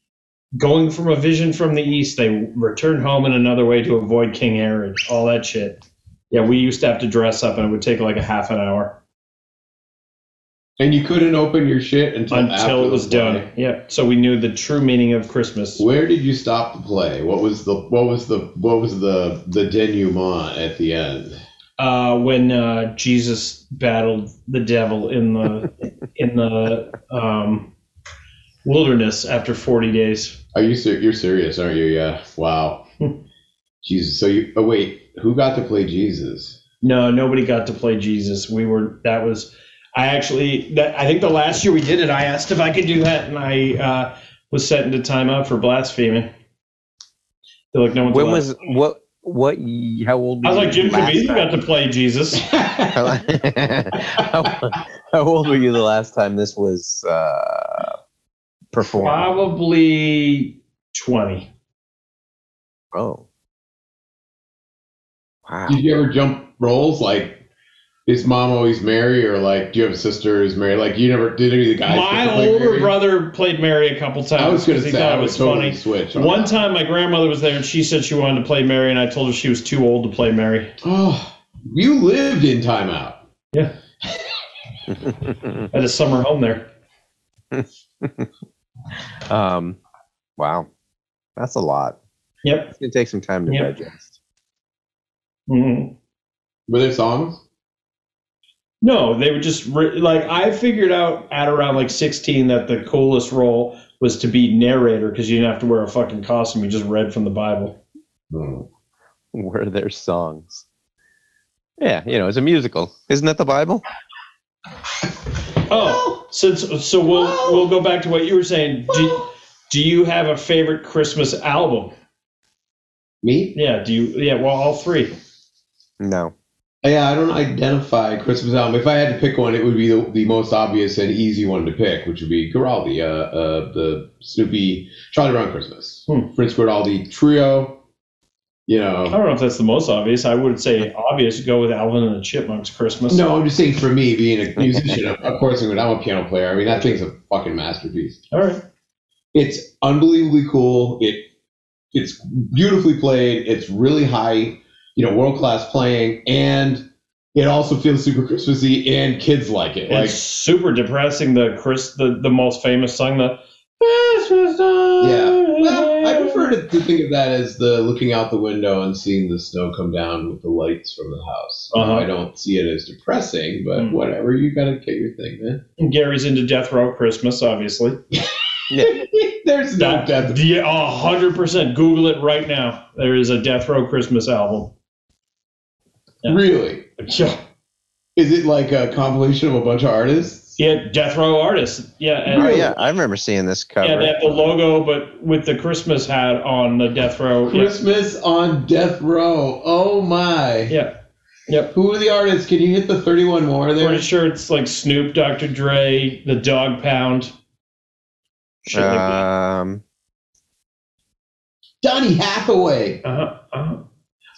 going from a vision from the east, they return home in another way to avoid King Herod. All that shit. Yeah, we used to have to dress up, and it would take like a half an hour
And you couldn't open your shit until, after
until
the
it was
play.
done. Yep. So we knew the true meaning of Christmas.
Where did you stop the play? What was the what was the what was the the denouement at the end?
Uh, when uh, Jesus battled the devil in
[LAUGHS]
the in the um, wilderness after forty days.
Are you ser- you're serious, aren't you? Yeah. Wow.
Hmm.
Jesus. So you oh wait, who got to play Jesus?
No, nobody got to play Jesus. We were that was I actually that I think the last year we did it, I asked if I could do that, and I uh, was sent into timeout for blaspheming. They're like, no one's
When
allowed.
was what what y- how old?
I was
were
like
you
Jim
last
Caviezel got
time? [LAUGHS]
to [LAUGHS] play Jesus.
how, how old were you the last time this was uh, performed?
Probably twenty.
Oh, Wow.
Did you ever jump roles? Like, is mom always Mary, or like, do you have a sister who's Mary? Like, you never did any of the guys? get to
My
play
older
Mary?
brother played Mary a couple times.
I was going
'cause
to
he
say
thought
I
it
would
was
totally
funny.
switch. on
One
that.
time, my grandmother was there, and she said she wanted to play Mary, and I told her she was too old to play Mary.
Oh, [SIGHS] you lived in timeout.
Yeah, at a summer home there.
[LAUGHS] Um, wow, that's a lot.
Yep.
It's gonna take some time to
Yep.
digest. [LAUGHS]
hmm
Were there songs?
No, they were just re- like I figured out at around like 16 that the coolest role was to be narrator because you didn't have to wear a fucking costume. You just read from the Bible.
Were there songs? Yeah, you know, it's a musical. Isn't that the Bible?
Oh, since so we'll we'll go back to what you were saying. Do, do you have a favorite Christmas album?
Me?
Yeah, do you? Yeah, well, all three.
No.
Yeah, I don't identify Christmas album. If I had to pick one, it would be the, the most obvious and easy one to pick, which would be Giraldi, uh, uh, the Snoopy Charlie Brown Christmas,
Hmm.
Prince Giraldi trio. You know,
I don't know if that's the most obvious. I would say obvious. Go with Alvin and the Chipmunks Christmas.
No, I'm just saying for me, being
[LAUGHS]
a musician, of of course, I mean, I'm a piano player. I mean, that thing's a fucking masterpiece.
All right.
It's unbelievably cool. It it's beautifully played. It's really high, you know, world class playing, and it also feels super Christmassy, and kids like it. Like,
it's super depressing. The Chris, the, the most famous song, the Christmas time.
yeah. Well, I prefer to, to think of that as the looking out the window and seeing the snow come down with the lights from the house.
Uh-huh.
I don't see it as depressing, but
Hmm.
whatever. You gotta get your thing, man. [LAUGHS]
And Gary's into Death Row Christmas, obviously.
There's no death.
Yeah, a hundred percent. Google it right now. There is a Death Row Christmas album. Yeah.
Really.
Yeah,
[LAUGHS] Is it like a compilation of a bunch of artists?
yeah Death Row artists. Yeah, and
Oh yeah, I remember seeing this
yeah,
cover.
they have the logo, but with the Christmas hat on the Death Row. Yeah,
Christmas on Death Row. Oh my.
yeah.
Who are the artists? Can you hit the 31 more there?
pretty sure it's like Snoop, Dr. Dre, the Dog Pound. Shit like that.
um,
Donny Hathaway.
Uh-huh, uh-huh.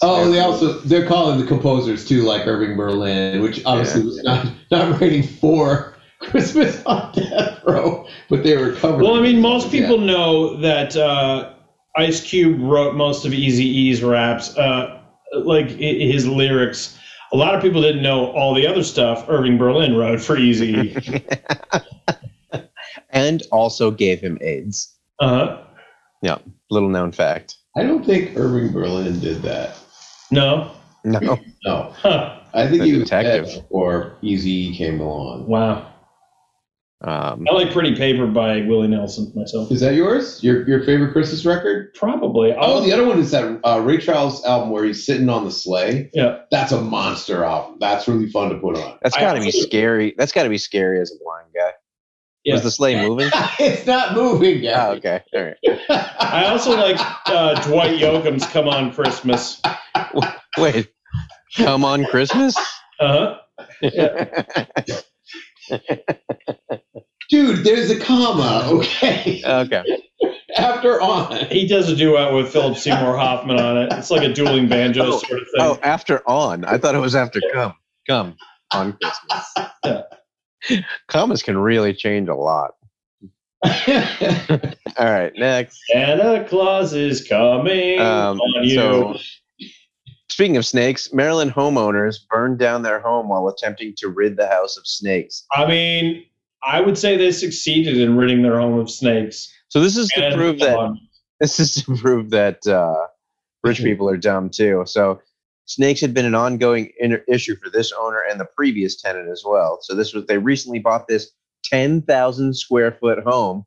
Oh, they also they're calling the composers too, like Irving Berlin, which obviously was not not writing for Christmas on Death Row, but they were covering.
Well, I mean, most
Yeah.
people know that uh, Ice Cube wrote most of Easy E's raps, uh, like i- his lyrics. A lot of people didn't know all the other stuff Irving Berlin wrote for Easy E.
and also gave him AIDS.
Uh-huh.
Little known fact. [LAUGHS]
I don't think Irving Berlin did that.
No.
No.
No,
Huh.
I think
The
he was
detective.
dead before Easy came along.
Wow.
Um,
I like Pretty Paper by Willie Nelson myself.
Is that yours? Your your favorite Christmas record?
Probably.
Oh, the other one is that uh, Ray Charles album where he's sitting on the sleigh.
Yeah.
That's a monster album. That's really fun to put on. [LAUGHS]
that's
I-
got to be scary. That's got to be scary as a blind guy.
Yeah.
Was the sleigh
[LAUGHS]
moving?
it's not moving
oh,
yet.
okay. All right.
I also like uh, Dwight Yoakam's Come On Christmas.
Wait. Come on, Christmas.
Uh-huh.
[LAUGHS] Dude, there's a comma, okay?
[LAUGHS]
Okay.
After on.
He does a duet with Philip Seymour Hoffman on it. It's like a dueling banjo
Oh,
sort of thing.
Oh, after on. I thought it was after come. Come on Christmas.
[LAUGHS] Yeah.
Commas can really change a lot.
[LAUGHS]
All right, next.
Santa Claus is coming
Um,
on you.
so, speaking of snakes, Maryland homeowners burned down their home while attempting to rid the house of snakes.
I mean, I would say they succeeded in ridding their home of snakes.
So this is to
And- um,
prove that this is [LAUGHS] to prove that uh, rich people are dumb too. So snakes had been an ongoing inter- issue for this owner and the previous tenant as well. So this was they recently bought this ten thousand square foot home,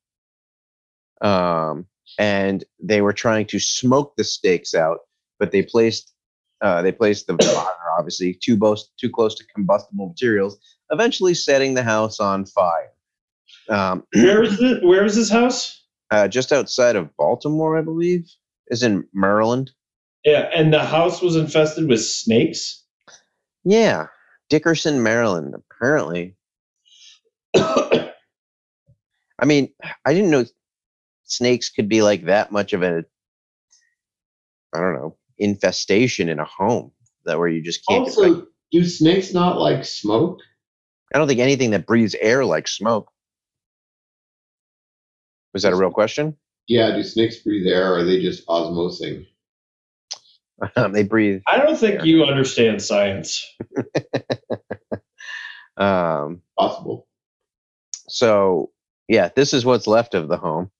um, and they were trying to smoke the stakes out, but they placed uh, they placed the [COUGHS] fire obviously too close too close to combustible materials, eventually setting the house on fire. Um,
Where is this, where is this house?
uh, just outside of Baltimore, I believe, is in Maryland.
Yeah, and the house was infested with snakes.
Yeah, Dickerson, Maryland. Apparently, [COUGHS] I mean, I didn't know snakes could be like that much of a, I don't know, infestation in a home. that where you just can't. get back.
Also, do snakes not like smoke?
I don't think anything that breathes air like smoke. Was that a real question? [LAUGHS]
Yeah, do snakes breathe air or are they just osmosing?
Um, they breathe.
I don't think you understand science.
Um,
Possible.
so yeah, this is what's left of the home.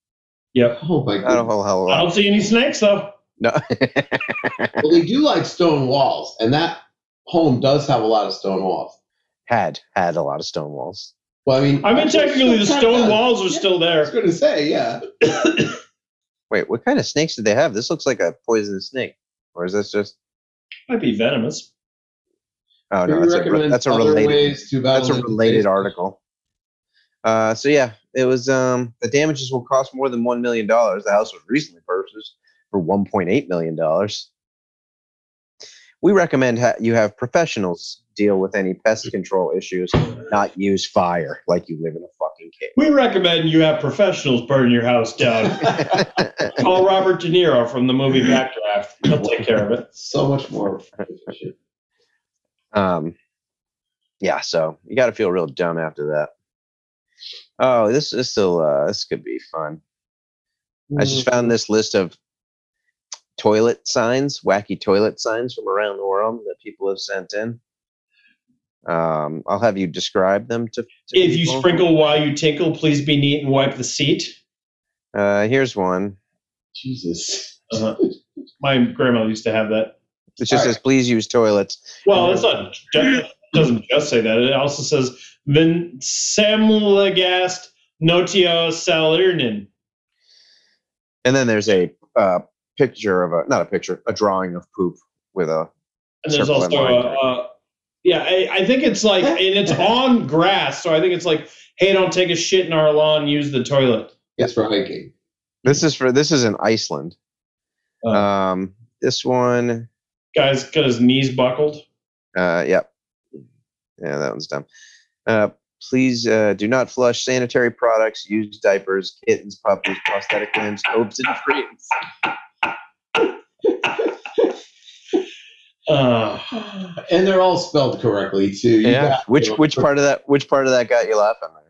Yep.
Oh my
Not a
god.
whole hell of a
I
lot.
don't see any snakes though.
No.
Well, they do like stone walls, and that home does have a lot of stone walls.
had had a lot of stone walls.
Well, I mean,
I mean, technically, the stone
wall.
walls are still
I was
there.
going to say, yeah.
Wait, what kind of snakes did they have? This looks like a poisonous snake, or is this just?
Might be venomous.
Oh
We
no, that's a, re-
recommend
that's a
other
related.
ways to
That's a
battle
related
infestation.
article. Uh, so yeah, it was. Um, the damages will cost more than one million dollars. The house was recently purchased for one point eight million dollars. We recommend ha- you have professionals deal with any
Mm.
pest control issues, not use fire like you live in a fucking
We recommend you have professionals burn your house
[LAUGHS]
down.
cave.
Call Robert De Niro from the movie Backdraft. He'll take care of it.
So much
[LAUGHS]
more. efficient.
Um, yeah, so you got to feel real dumb after that. Oh, this is still uh, this could be fun. I just
Mm.
found this list of toilet signs, wacky toilet signs from around the world that people have sent in. Um, I'll have you describe them to. to
If you
people.
sprinkle while you tinkle, please be neat and wipe the seat.
uh, here's one.
Jesus. [LAUGHS]
Uh-huh. My grandma used to have that.
It just
All right.
says, "Please use toilets."
Well, it's not ju- it doesn't just say that. It also says then samlagast notio salernin.
And then there's a uh, picture of a not a picture, a drawing of poop with a
And there's
Circle
also
and
a,
line.
uh, yeah, I, I think it's like, and it's on grass, so I think it's like, hey, don't take a shit in our lawn, use the toilet.
Yes, for hiking.
This is for this is in Iceland.
Oh.
Um, this one,
Guy's got his knees buckled.
uh, yep, yeah, that one's dumb. Uh, please uh, do not flush sanitary products. Use diapers, kittens, puppies, prosthetic limbs, hopes, and dreams.
Uh,
[SIGHS] And they're all spelled correctly, too. You
Yeah,
got-
which which part of that which part of that got you laughing there?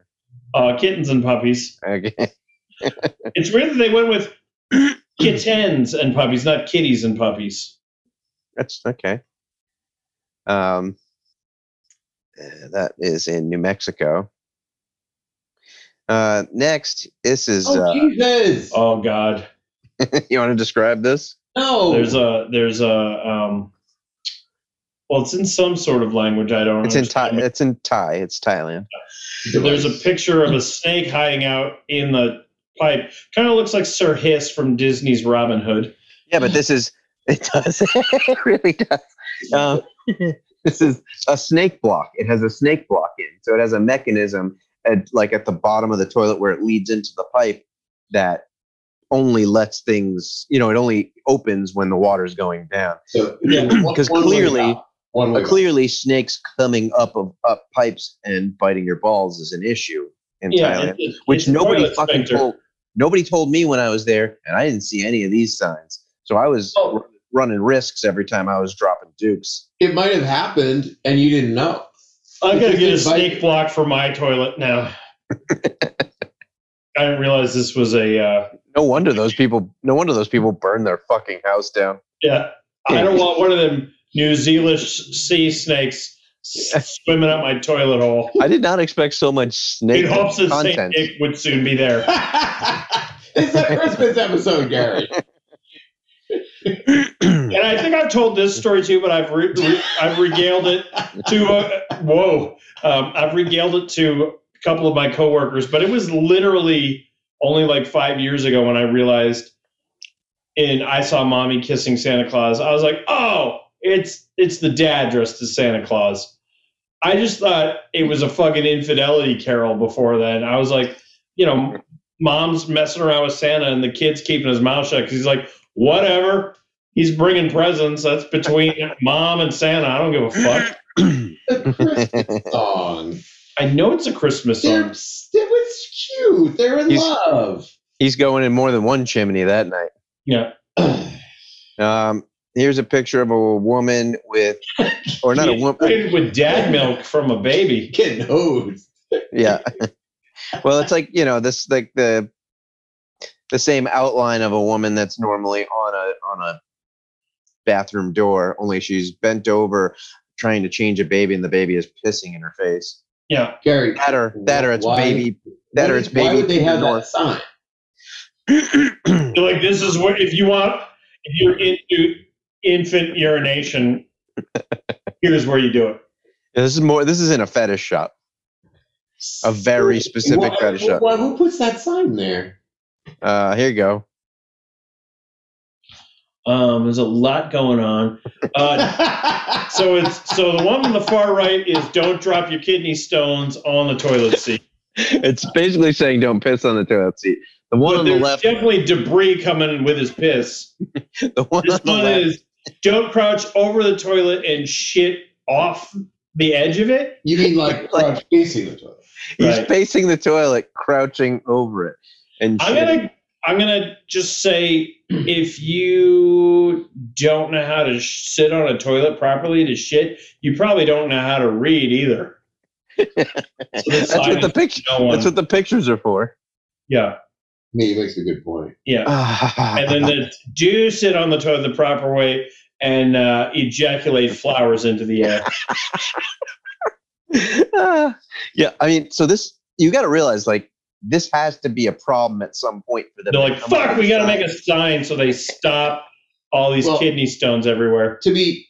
uh, kittens and puppies.
Okay, [LAUGHS]
It's weird that they went
[CLEARS THROAT]
with kittens and puppies, not kitties and puppies.
that's okay. Um, uh, that is in New Mexico. Uh, next, this is.
Oh,
Uh,
Jesus.
Oh God,
[LAUGHS] you want to describe this?
no.
there's a there's a um. Well, it's in some sort of language I don't.
It's in Thai.
understand.
It's in Thai. It's Thailand.
There's a picture of a snake hiding out in the pipe. Kind of looks like Sir Hiss from Disney's Robin Hood.
Yeah, but this is [LAUGHS] it does it really does. Um, this is a snake block. It has a snake block in, so it has a mechanism at like at the bottom of the toilet where it leads into the pipe that only lets things. You know, it only opens when the water's going down.
So,
[CLEARS THROAT]
Yeah,
one-
because
one way
clearly-
out, one way
But clearly, snakes coming up of up pipes and biting your balls is an issue in Thailand.
it- it-
which
it's a
nobody
toilet
fucking
sphincter.
told. Nobody told me when I was there, and I didn't see any of these signs. So I was
Oh.
r- running risks every time I was dropping dukes.
It might have happened and you didn't know.
Oh,
I'm gonna get a
Just invite-
snake block for my toilet
[LAUGHS]
now. I didn't realize this was a uh,
No wonder those people. No wonder those people burn their fucking house down.
yeah. I don't want one of them New Zealand sea
[LAUGHS]
snakes s- swimming up my toilet hole.
I did not expect so much
In
snake
hopes that Saint
content.
Nick would soon be there.
[LAUGHS] it's that Christmas episode, Gary.
And I think I've told this story too, but I've re- re- I've regaled it to uh, whoa, um, I've regaled it to a couple of my coworkers. But it was literally only like five years ago when I realized, and I saw mommy kissing Santa Claus. I was like, oh, it's it's the dad dressed as Santa Claus. I just thought it was a fucking infidelity carol before then. I was like, you know, mom's messing around with Santa and the kid's keeping his mouth shut because he's like, whatever he's bringing presents. That's between mom and Santa. I don't give a fuck.
The
[LAUGHS]
Christmas song.
I know it's a Christmas
They're,
song.
it was cute. They're in
He's-
love. [CLEARS THROAT]
He's going in more than one chimney that night.
Yeah.
Um, here's a picture of a woman with, or not a woman.
with dad milk from a baby.
Get hosed.
[LAUGHS] Yeah. well, it's like you know this like the the same outline of a woman that's normally on a on a bathroom door, only she's bent over trying to change a baby, and the baby is pissing in her face.
Yeah,
Gary,
That or that or it's
Why-
baby. That or
why-
it's baby.
Why would they have
North.
that sign?
like this is what if you want if you're into infant urination, here's where you do it.
[CLEARS THROAT] This is more. This is in a fetish shop. A very specific
Why-
fetish shop.
why- who puts that sign
[LAUGHS]
there?
Uh, here you go.
Um, there's a lot going on. Uh, so it's so the one on the far right is don't drop your kidney stones on the toilet seat.
[LAUGHS] It's basically saying don't piss on the toilet seat. The one
But
on the
there's
left.
definitely debris coming with his piss.
The one on
This
the
one
left.
is don't crouch over the toilet and shit off the edge of it.
You mean like crouch facing the toilet?
He's
Right.
facing the toilet, crouching over it, and
I'm
shit.
gonna I'm gonna just say if you don't know how to sh- sit on a toilet properly to shit, you probably don't know how to read either. So the
that's what
sign
the
is
picture.
no one-
That's what the pictures are for.
yeah,
Me makes a good point.
yeah. And then the do sit on the toilet the proper way and uh, ejaculate flowers into the air.
[LAUGHS] Ah. yeah, I mean, so this you got to realize like this has to be a problem at some point for them.
They're like, fuck, we got to make a sign so they stop all these
Well-
kidney stones everywhere.
to be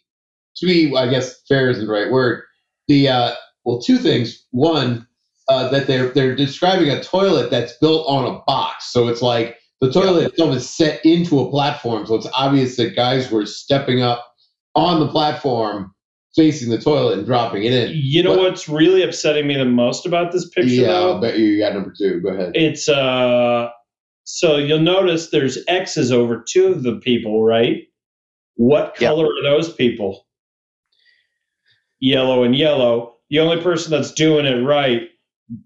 to be I guess fair isn't the right word. The uh, well, two things. One, uh, that they're they're describing a toilet that's built on a box, so it's like the toilet itself is set into a platform, so it's obvious that guys were stepping up on the platform, facing the toilet and dropping it in.
You know
What-
what's really upsetting me the most about this picture,
yeah,
though?
I'll bet you got number two. Go ahead.
It's, uh, so you'll notice there's X's over two of the people, right? What
Yeah.
color are those people? Yellow and yellow. The only person that's doing it right,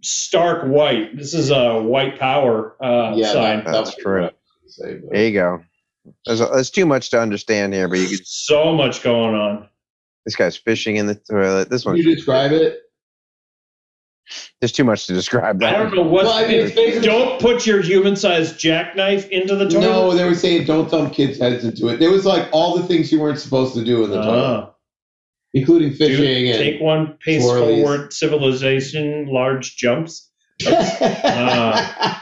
stark white. This is a white power uh,
yeah,
sign.
that- that
That's
was what
true.
I was gonna say, but-
There you go. There's, a, there's too much to understand here, but you could,
so much going on.
this guy's fishing in the toilet. This
Can
one,
you describe it?
there's too much to describe.
I
That
don't know what.
Well, I mean, it's basically
Don't put your human-sized jackknife into the toilet.
No, they were saying don't dump kids' heads into it. There was like all the things you weren't supposed to do in the toilet,
Ah,
including
dude,
fishing [LAUGHS]
take one pace
swirlies.
forward, civilization, large jumps.
and.
Ah.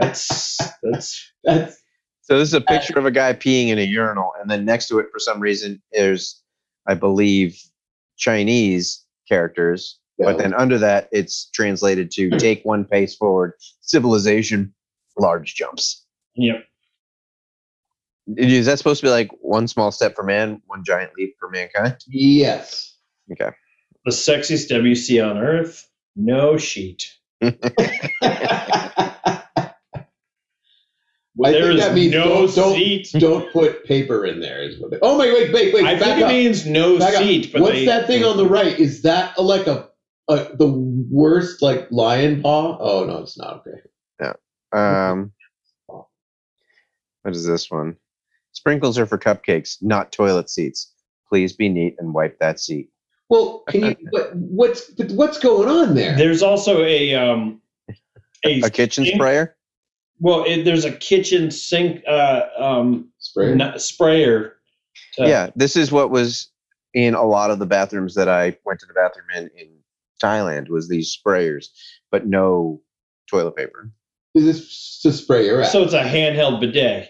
That's that's
That's
So this is a picture of a guy peeing in a urinal, and then next to it, for some reason, there's, I believe, Chinese characters. But then under that, it's translated to "take one pace forward, civilization, large jumps."
Yep.
Is that supposed to be like one small step for man, one giant leap for mankind?
yes.
the sexiest WC on earth. No sheet.
I
There
think
is
that means
no
don't, don't,
seat.
don't put paper in there. Is what they, oh my wait wait wait
I
back
think it
up.
means no
back up.
seat, but
What's
they,
that thing on the right? Is that a, like a, a the worst like lion paw? Oh no, it's not okay.
Um, what is this one? Sprinkles are for cupcakes, not toilet seats. Please be neat and wipe that seat.
Well, can
[LAUGHS]
you? but what's but what's going on there?
there's also a um a
A kitchen
sink-
sprayer.
well, it, there's a kitchen sink uh um
Spray.
n- sprayer. Uh,
yeah, this is what was in a lot of the bathrooms that I went to the bathroom in in Thailand was these sprayers, but no toilet paper.
Is this to spray your ass?
So it's a handheld bidet.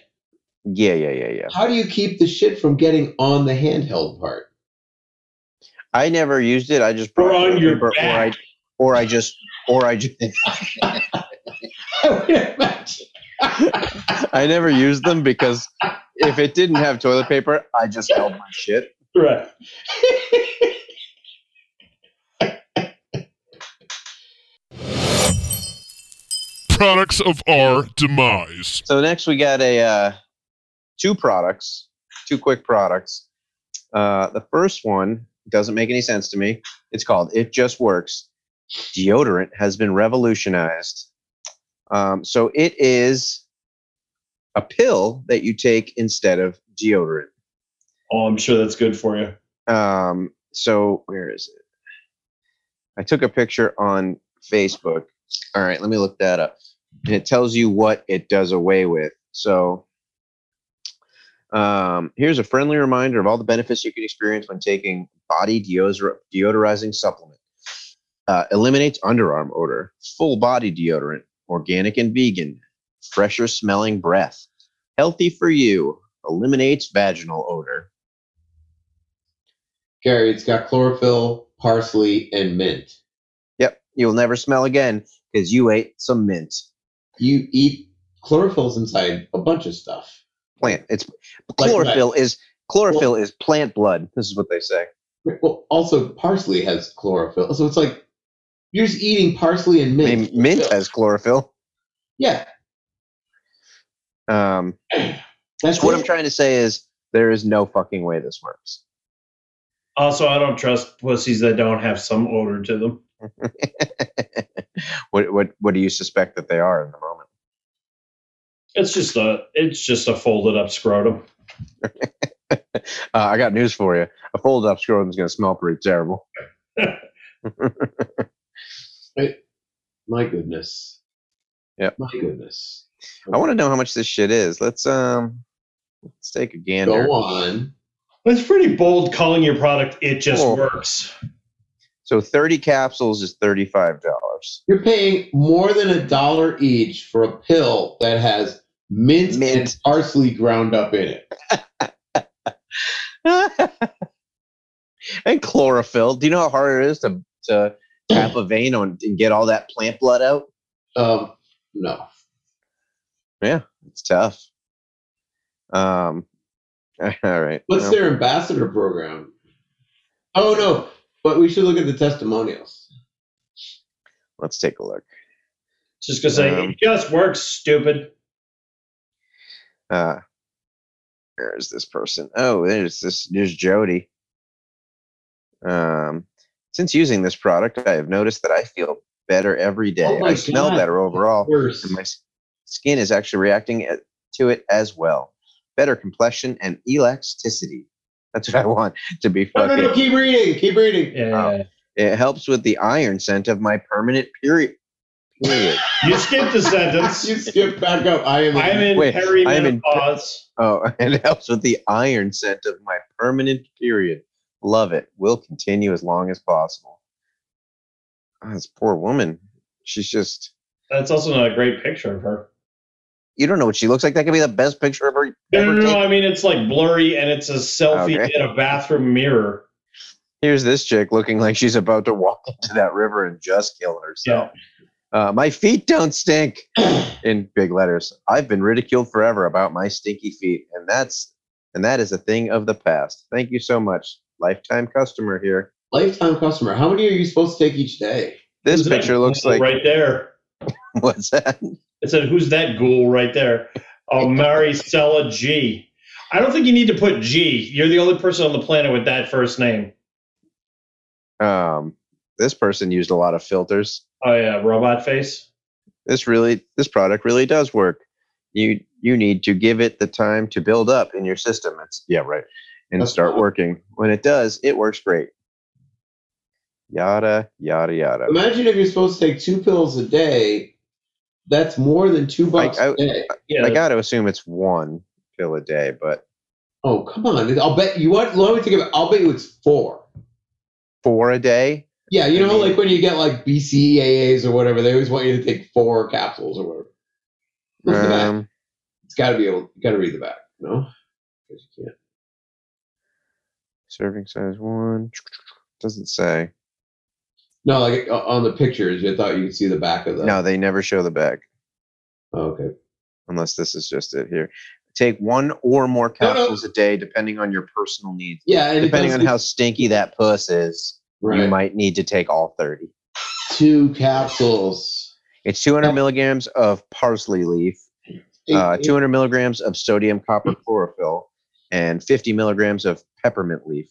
Yeah, yeah, yeah, yeah.
How do you keep the shit from getting on the handheld part?
I never used it. I just
Or
brought
on
toilet
your
paper, or I
back.
or I just or I just
[LAUGHS] I would imagine.
[LAUGHS] I never used them because if it didn't have toilet paper, I just held my shit.
Right.
Products of our demise.
So next we got a uh, two products, two quick products. Uh, the first one doesn't make any sense to me. It's called It Just Works. Deodorant has been revolutionized. Um, so it is a pill that you take instead of deodorant.
Oh, I'm sure that's good for you.
Um, so where is it? I took a picture on Facebook. All right, let me look that up. And it tells you what it does away with. So um, here's a friendly reminder of all the benefits you can experience when taking body deodor- deodorizing supplement. Uh, eliminates underarm odor, full body deodorant, organic and vegan, fresher smelling breath, healthy for you, eliminates vaginal odor.
Gary, it's got chlorophyll, parsley, and mint.
Yep, you'll never smell again because you ate some mint
You eat chlorophylls inside a bunch of stuff.
plant. It's
Like
chlorophyll is chlorophyll is plant blood. This is what they say.
Well, also parsley has chlorophyll, so it's like you're just eating parsley and
I
mint.
mean, mint has chlorophyll.
yeah,
Um,
that's
what
it.
I'm trying to say is there is no fucking way this works. [LAUGHS]
Also, I don't trust pussies that don't have some odor to them.
What what what do you suspect that they are in the moment?
It's just a it's just a folded up scrotum.
Uh, I got news for you. A folded up scrotum is going to smell pretty terrible.
My goodness.
Yep.
My goodness.
I want to know how much this shit is. Let's um, let's take a
Go
gander.
on.
That's pretty bold calling your product it just
Oh.
works.
So 30 capsules is $35.
You're paying more than a dollar each for a pill that has mint,
Mint.
and parsley ground up in it.
[LAUGHS] and chlorophyll. Do you know how hard it is to to tap a vein on and get all that plant blood out?
Um, no.
It's tough. Um. [LAUGHS] All right.
What's
Well,
their ambassador program? Oh no. But we should look at the testimonials.
Let's take a look.
Just gonna say
Um.
it just works, stupid.
Uh, where is this person? Oh, there's this. There's Jody. Um, since using this product, I have noticed that I feel better every day.
Oh my
I smell
God.
better overall.
Worse.
and Oh, my s- skin is actually reacting a- to it as well. Better complexion and elasticity. That's what I want to be
No,
fucking.
no, no, keep reading, keep reading.
Yeah.
It helps with the iron scent of my permanent period. Period.
You skipped the sentence.
[LAUGHS]
You skip back up. I am
I'm in
Wait, I am in-
perimenopause.
oh, [LAUGHS] and it helps with the iron scent of my permanent period. Love it. Will continue as long as possible. Ah, this poor woman. She's just.
That's also not a great picture of her.
You don't know what she looks like. That could be the best picture of her.
No, no,
ever
no,
taken.
I mean, it's like blurry and it's a selfie
Okay.
in a bathroom mirror.
Here's this chick looking like she's about to walk [LAUGHS] into that river and just kill herself.
Yeah.
Uh, my feet don't stink in big letters. I've been ridiculed forever about my stinky feet, and that's and that is a thing of the past. Thank you so much, lifetime customer here.
lifetime customer. How many are you supposed to take each day?
This
Who's that
picture looks
ghoul
like
Right there.
[LAUGHS] what's that?
It said, Who's that ghoul right there?
[LAUGHS]
Oh, Mary Sella G. I don't think you need to put G. You're the only person on the planet with that first name.
Um, this person used a lot of filters.
Oh, yeah, robot face.
This really, this product really does work. You you need to give it the time to build up in your system. It's yeah, right, and
That's
start
right.
working. When it does, it works great. Yada yada yada.
Imagine if you're supposed to take two pills a day. That's more than two bucks
I-
a day.
Yeah.
I got to assume it's one pill a day, but
Oh come on! I'll bet you what. Let me think about. I'll bet you it's four.
four a
[LAUGHS]
day.
Yeah, you know,
I mean-
like when you get like BCAAs or whatever, they always want you to take four capsules or whatever. Look at that.
Um,
It's got to be able. You got to read the back. No, 'Cause you can't.
serving size one doesn't say.
No, like uh, on the pictures, you thought you could see the back of the.
No, they never show the bag
Oh, okay.
unless this is just it here. Take one or more
No, no.
capsules a day, depending on your personal needs.
Yeah, and it
Depending
does
on how stinky that puss is, you
right.
might need to take all thirty.
two capsules.
It's 200
Yeah.
milligrams of parsley leaf, uh, 200 milligrams of sodium copper chlorophyll, and 50 milligrams of peppermint leaf.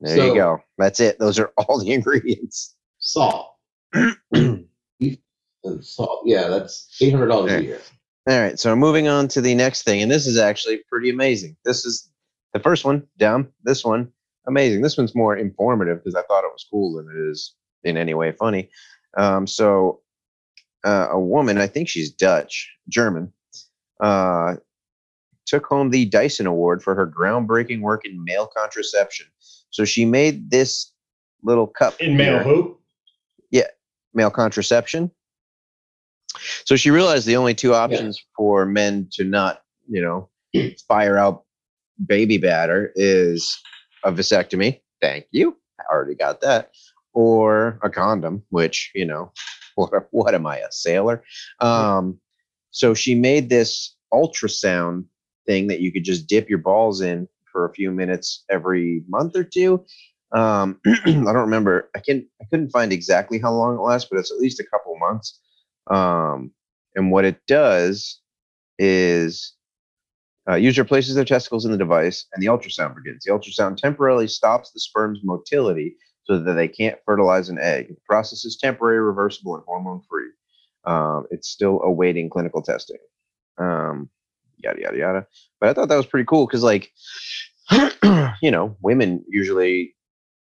There you
So-
go. That's it. Those are all the [LAUGHS] ingredients.
salt. [CLEARS THROAT] and salt. Yeah, that's eight hundred dollars
Yeah.
a year.
All right, so moving on to the next thing, and this is actually pretty amazing. This is the first one, dumb. This one, amazing. This one's more informative because I thought it was cool than it is in any way funny. Um, so, uh, a woman, I think she's Dutch, German, uh, took home the Dyson Award for her groundbreaking work in male contraception. So she made this little cup
in male
here
hoop.
male contraception. So she realized the only two options for men to not, you know, fire out baby batter is a vasectomy. Thank you. I already got that. Or a condom, which, you know, [LAUGHS] what, what am I, a sailor? Um, so she made this ultrasound thing that you could just dip your balls in for a few minutes every month or two. Um, [CLEARS THROAT] I don't remember. I can I couldn't find exactly how long it lasts, but it's at least a couple months. Um, and what it does is uh, user places their testicles in the device, and the ultrasound begins. The ultrasound temporarily stops the sperm's motility so that they can't fertilize an egg. The process is temporary, reversible, and hormone free. Um, it's still awaiting clinical testing. Um, yada yada yada. But I thought that was pretty cool because, like, [CLEARS THROAT] you know, women usually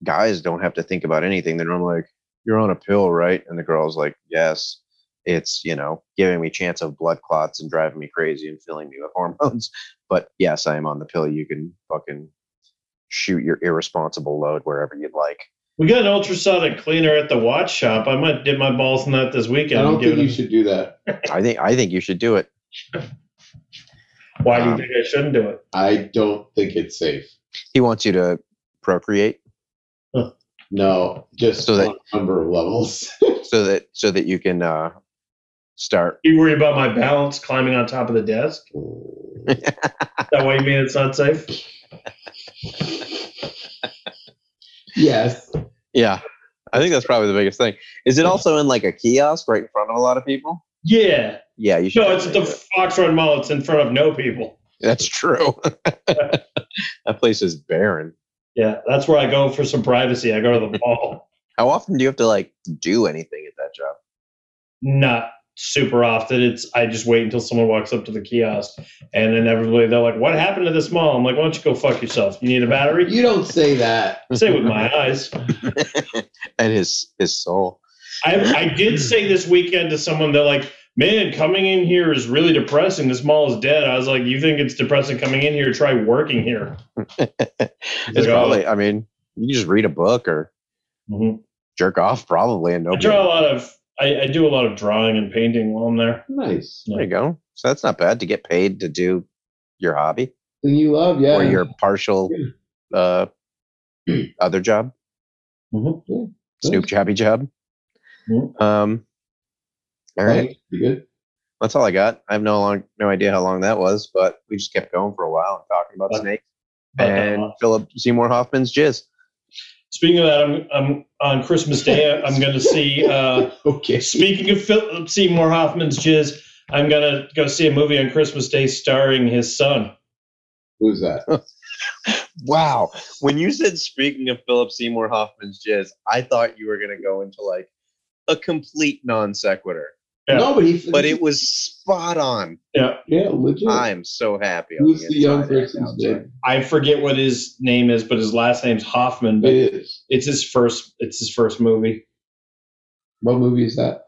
guys don't have to think about anything. They're normally like, "You're on a pill, right?" And the girl's like, "Yes." It's you know giving me chance of blood clots and driving me crazy and filling me with hormones. [LAUGHS] But yes, I am on the pill. You can fucking shoot your irresponsible load wherever you'd like.
We got an ultrasonic cleaner at the watch shop. I might dip my balls in that this weekend.
I
and
don't
give
think
it
you
a-
should do that.
I think I think you should do it.
Why do you
um,
think I shouldn't do it?
I don't think it's safe.
He wants you to procreate
No, just
So that-
on a number of levels. [LAUGHS]
so that so that you can uh, start.
You worry about my balance climbing on top of the desk? Is that why you mean it's not safe?
yes.
Yeah, I think that's probably the biggest thing. Is it also in like a kiosk right in front of a lot of people?
Yeah.
Yeah, you should.
No, it's at the
definitely do it.
Fox Run Mall. It's in front of no people.
That's true. [LAUGHS] that place is barren.
Yeah, that's where I go for some privacy. I go to the mall.
How often do you have to like do anything at that job?
Not super often. It's I just wait until someone walks up to the kiosk, and inevitably they're like, "What happened to this mall?" I'm like, "Why don't you go fuck yourself? You need a battery."
You don't say that.
Say with my eyes.
And his his soul.
I, I did say this weekend to someone, they're like, man, coming in here is really depressing. This mall is dead. I was like, you think it's depressing coming in here? Try working here.
it's
like,
probably. I mean, you just read a book or
Mhm.
jerk off, probably, and no.
I draw a lot of, I, I do a lot of drawing and painting while I'm there.
Nice.
There you go. So that's not bad to get paid to do your hobby
Thing you love, yeah.
or your partial uh, other job,
Mm-hmm.
Mhm.
Snoop Jobby job.
Mhm.
Um. All right,
Right. You good?
that's all I got. I have no long, no idea how long that was, but we just kept going for a while and talking about
Uh,
snakes.
But, uh,
and Philip Seymour Hoffman's jizz.
speaking of that, I'm, I'm on Christmas Day. I'm going to see, uh,
Okay.
speaking of Philip Seymour Hoffman's jizz, I'm going to go see a movie on Christmas Day starring his son.
Who's that?
Wow. When you said speaking of Philip Seymour Hoffman's jizz, I thought you were going to go into like a complete non sequitur,
Yeah.
No, but he.
but it was spot on.
[LAUGHS] Yeah, legit.
I'm so happy. on
Who's the young
inside and
person's
outside.
name?
I forget what his name is, but his last name's Hoffman, but
It is.
it's his first, it's his first movie.
What movie is that?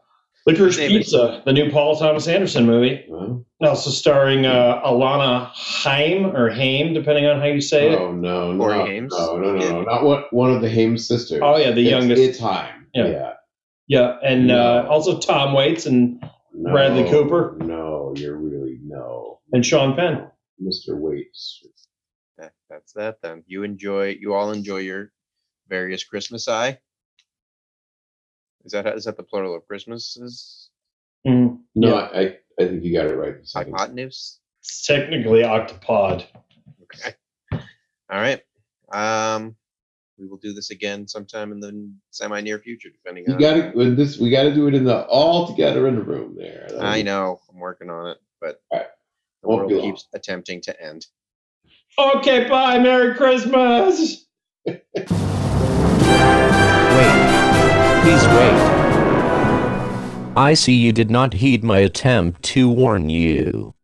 Licorice
Name it.
Pizza, the new Paul Thomas Anderson movie,
Oh,
also starring uh, Alana Haim or Haim, depending on how you say it.
oh no, no,
Corey
no,
Haim's?
no, no, no, not what one of the Hames sisters.
Oh yeah, the
It's-
youngest.
It's Haim.
Yeah.
Yeah.
yeah, and uh, also Tom Waits and
No,
Bradley Cooper?
No, you're really no.
and Sean Penn.
Mr. Waits.
That- That's that then. You enjoy, you all enjoy your various Christmas eye. Is that, is that the plural of Christmases?
Mm,
No,
Yeah.
I, I, I think you got it right. the second time.
Hypotenuse?
it's technically Octopod.
Okay. All right. Um, we will do this again sometime in the semi near future, depending
You
on.
got to with this. We got to do it in the all together in the room there. That'll
I
be-
know. I'm working on it, but
All right.
the
Won't
world
be long.
keeps attempting to end.
Okay, bye. Merry Christmas.
Wait. Please wait. I see you did not heed my attempt to warn you.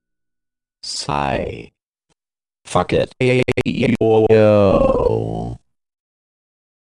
Sigh. Fuck it. Yo.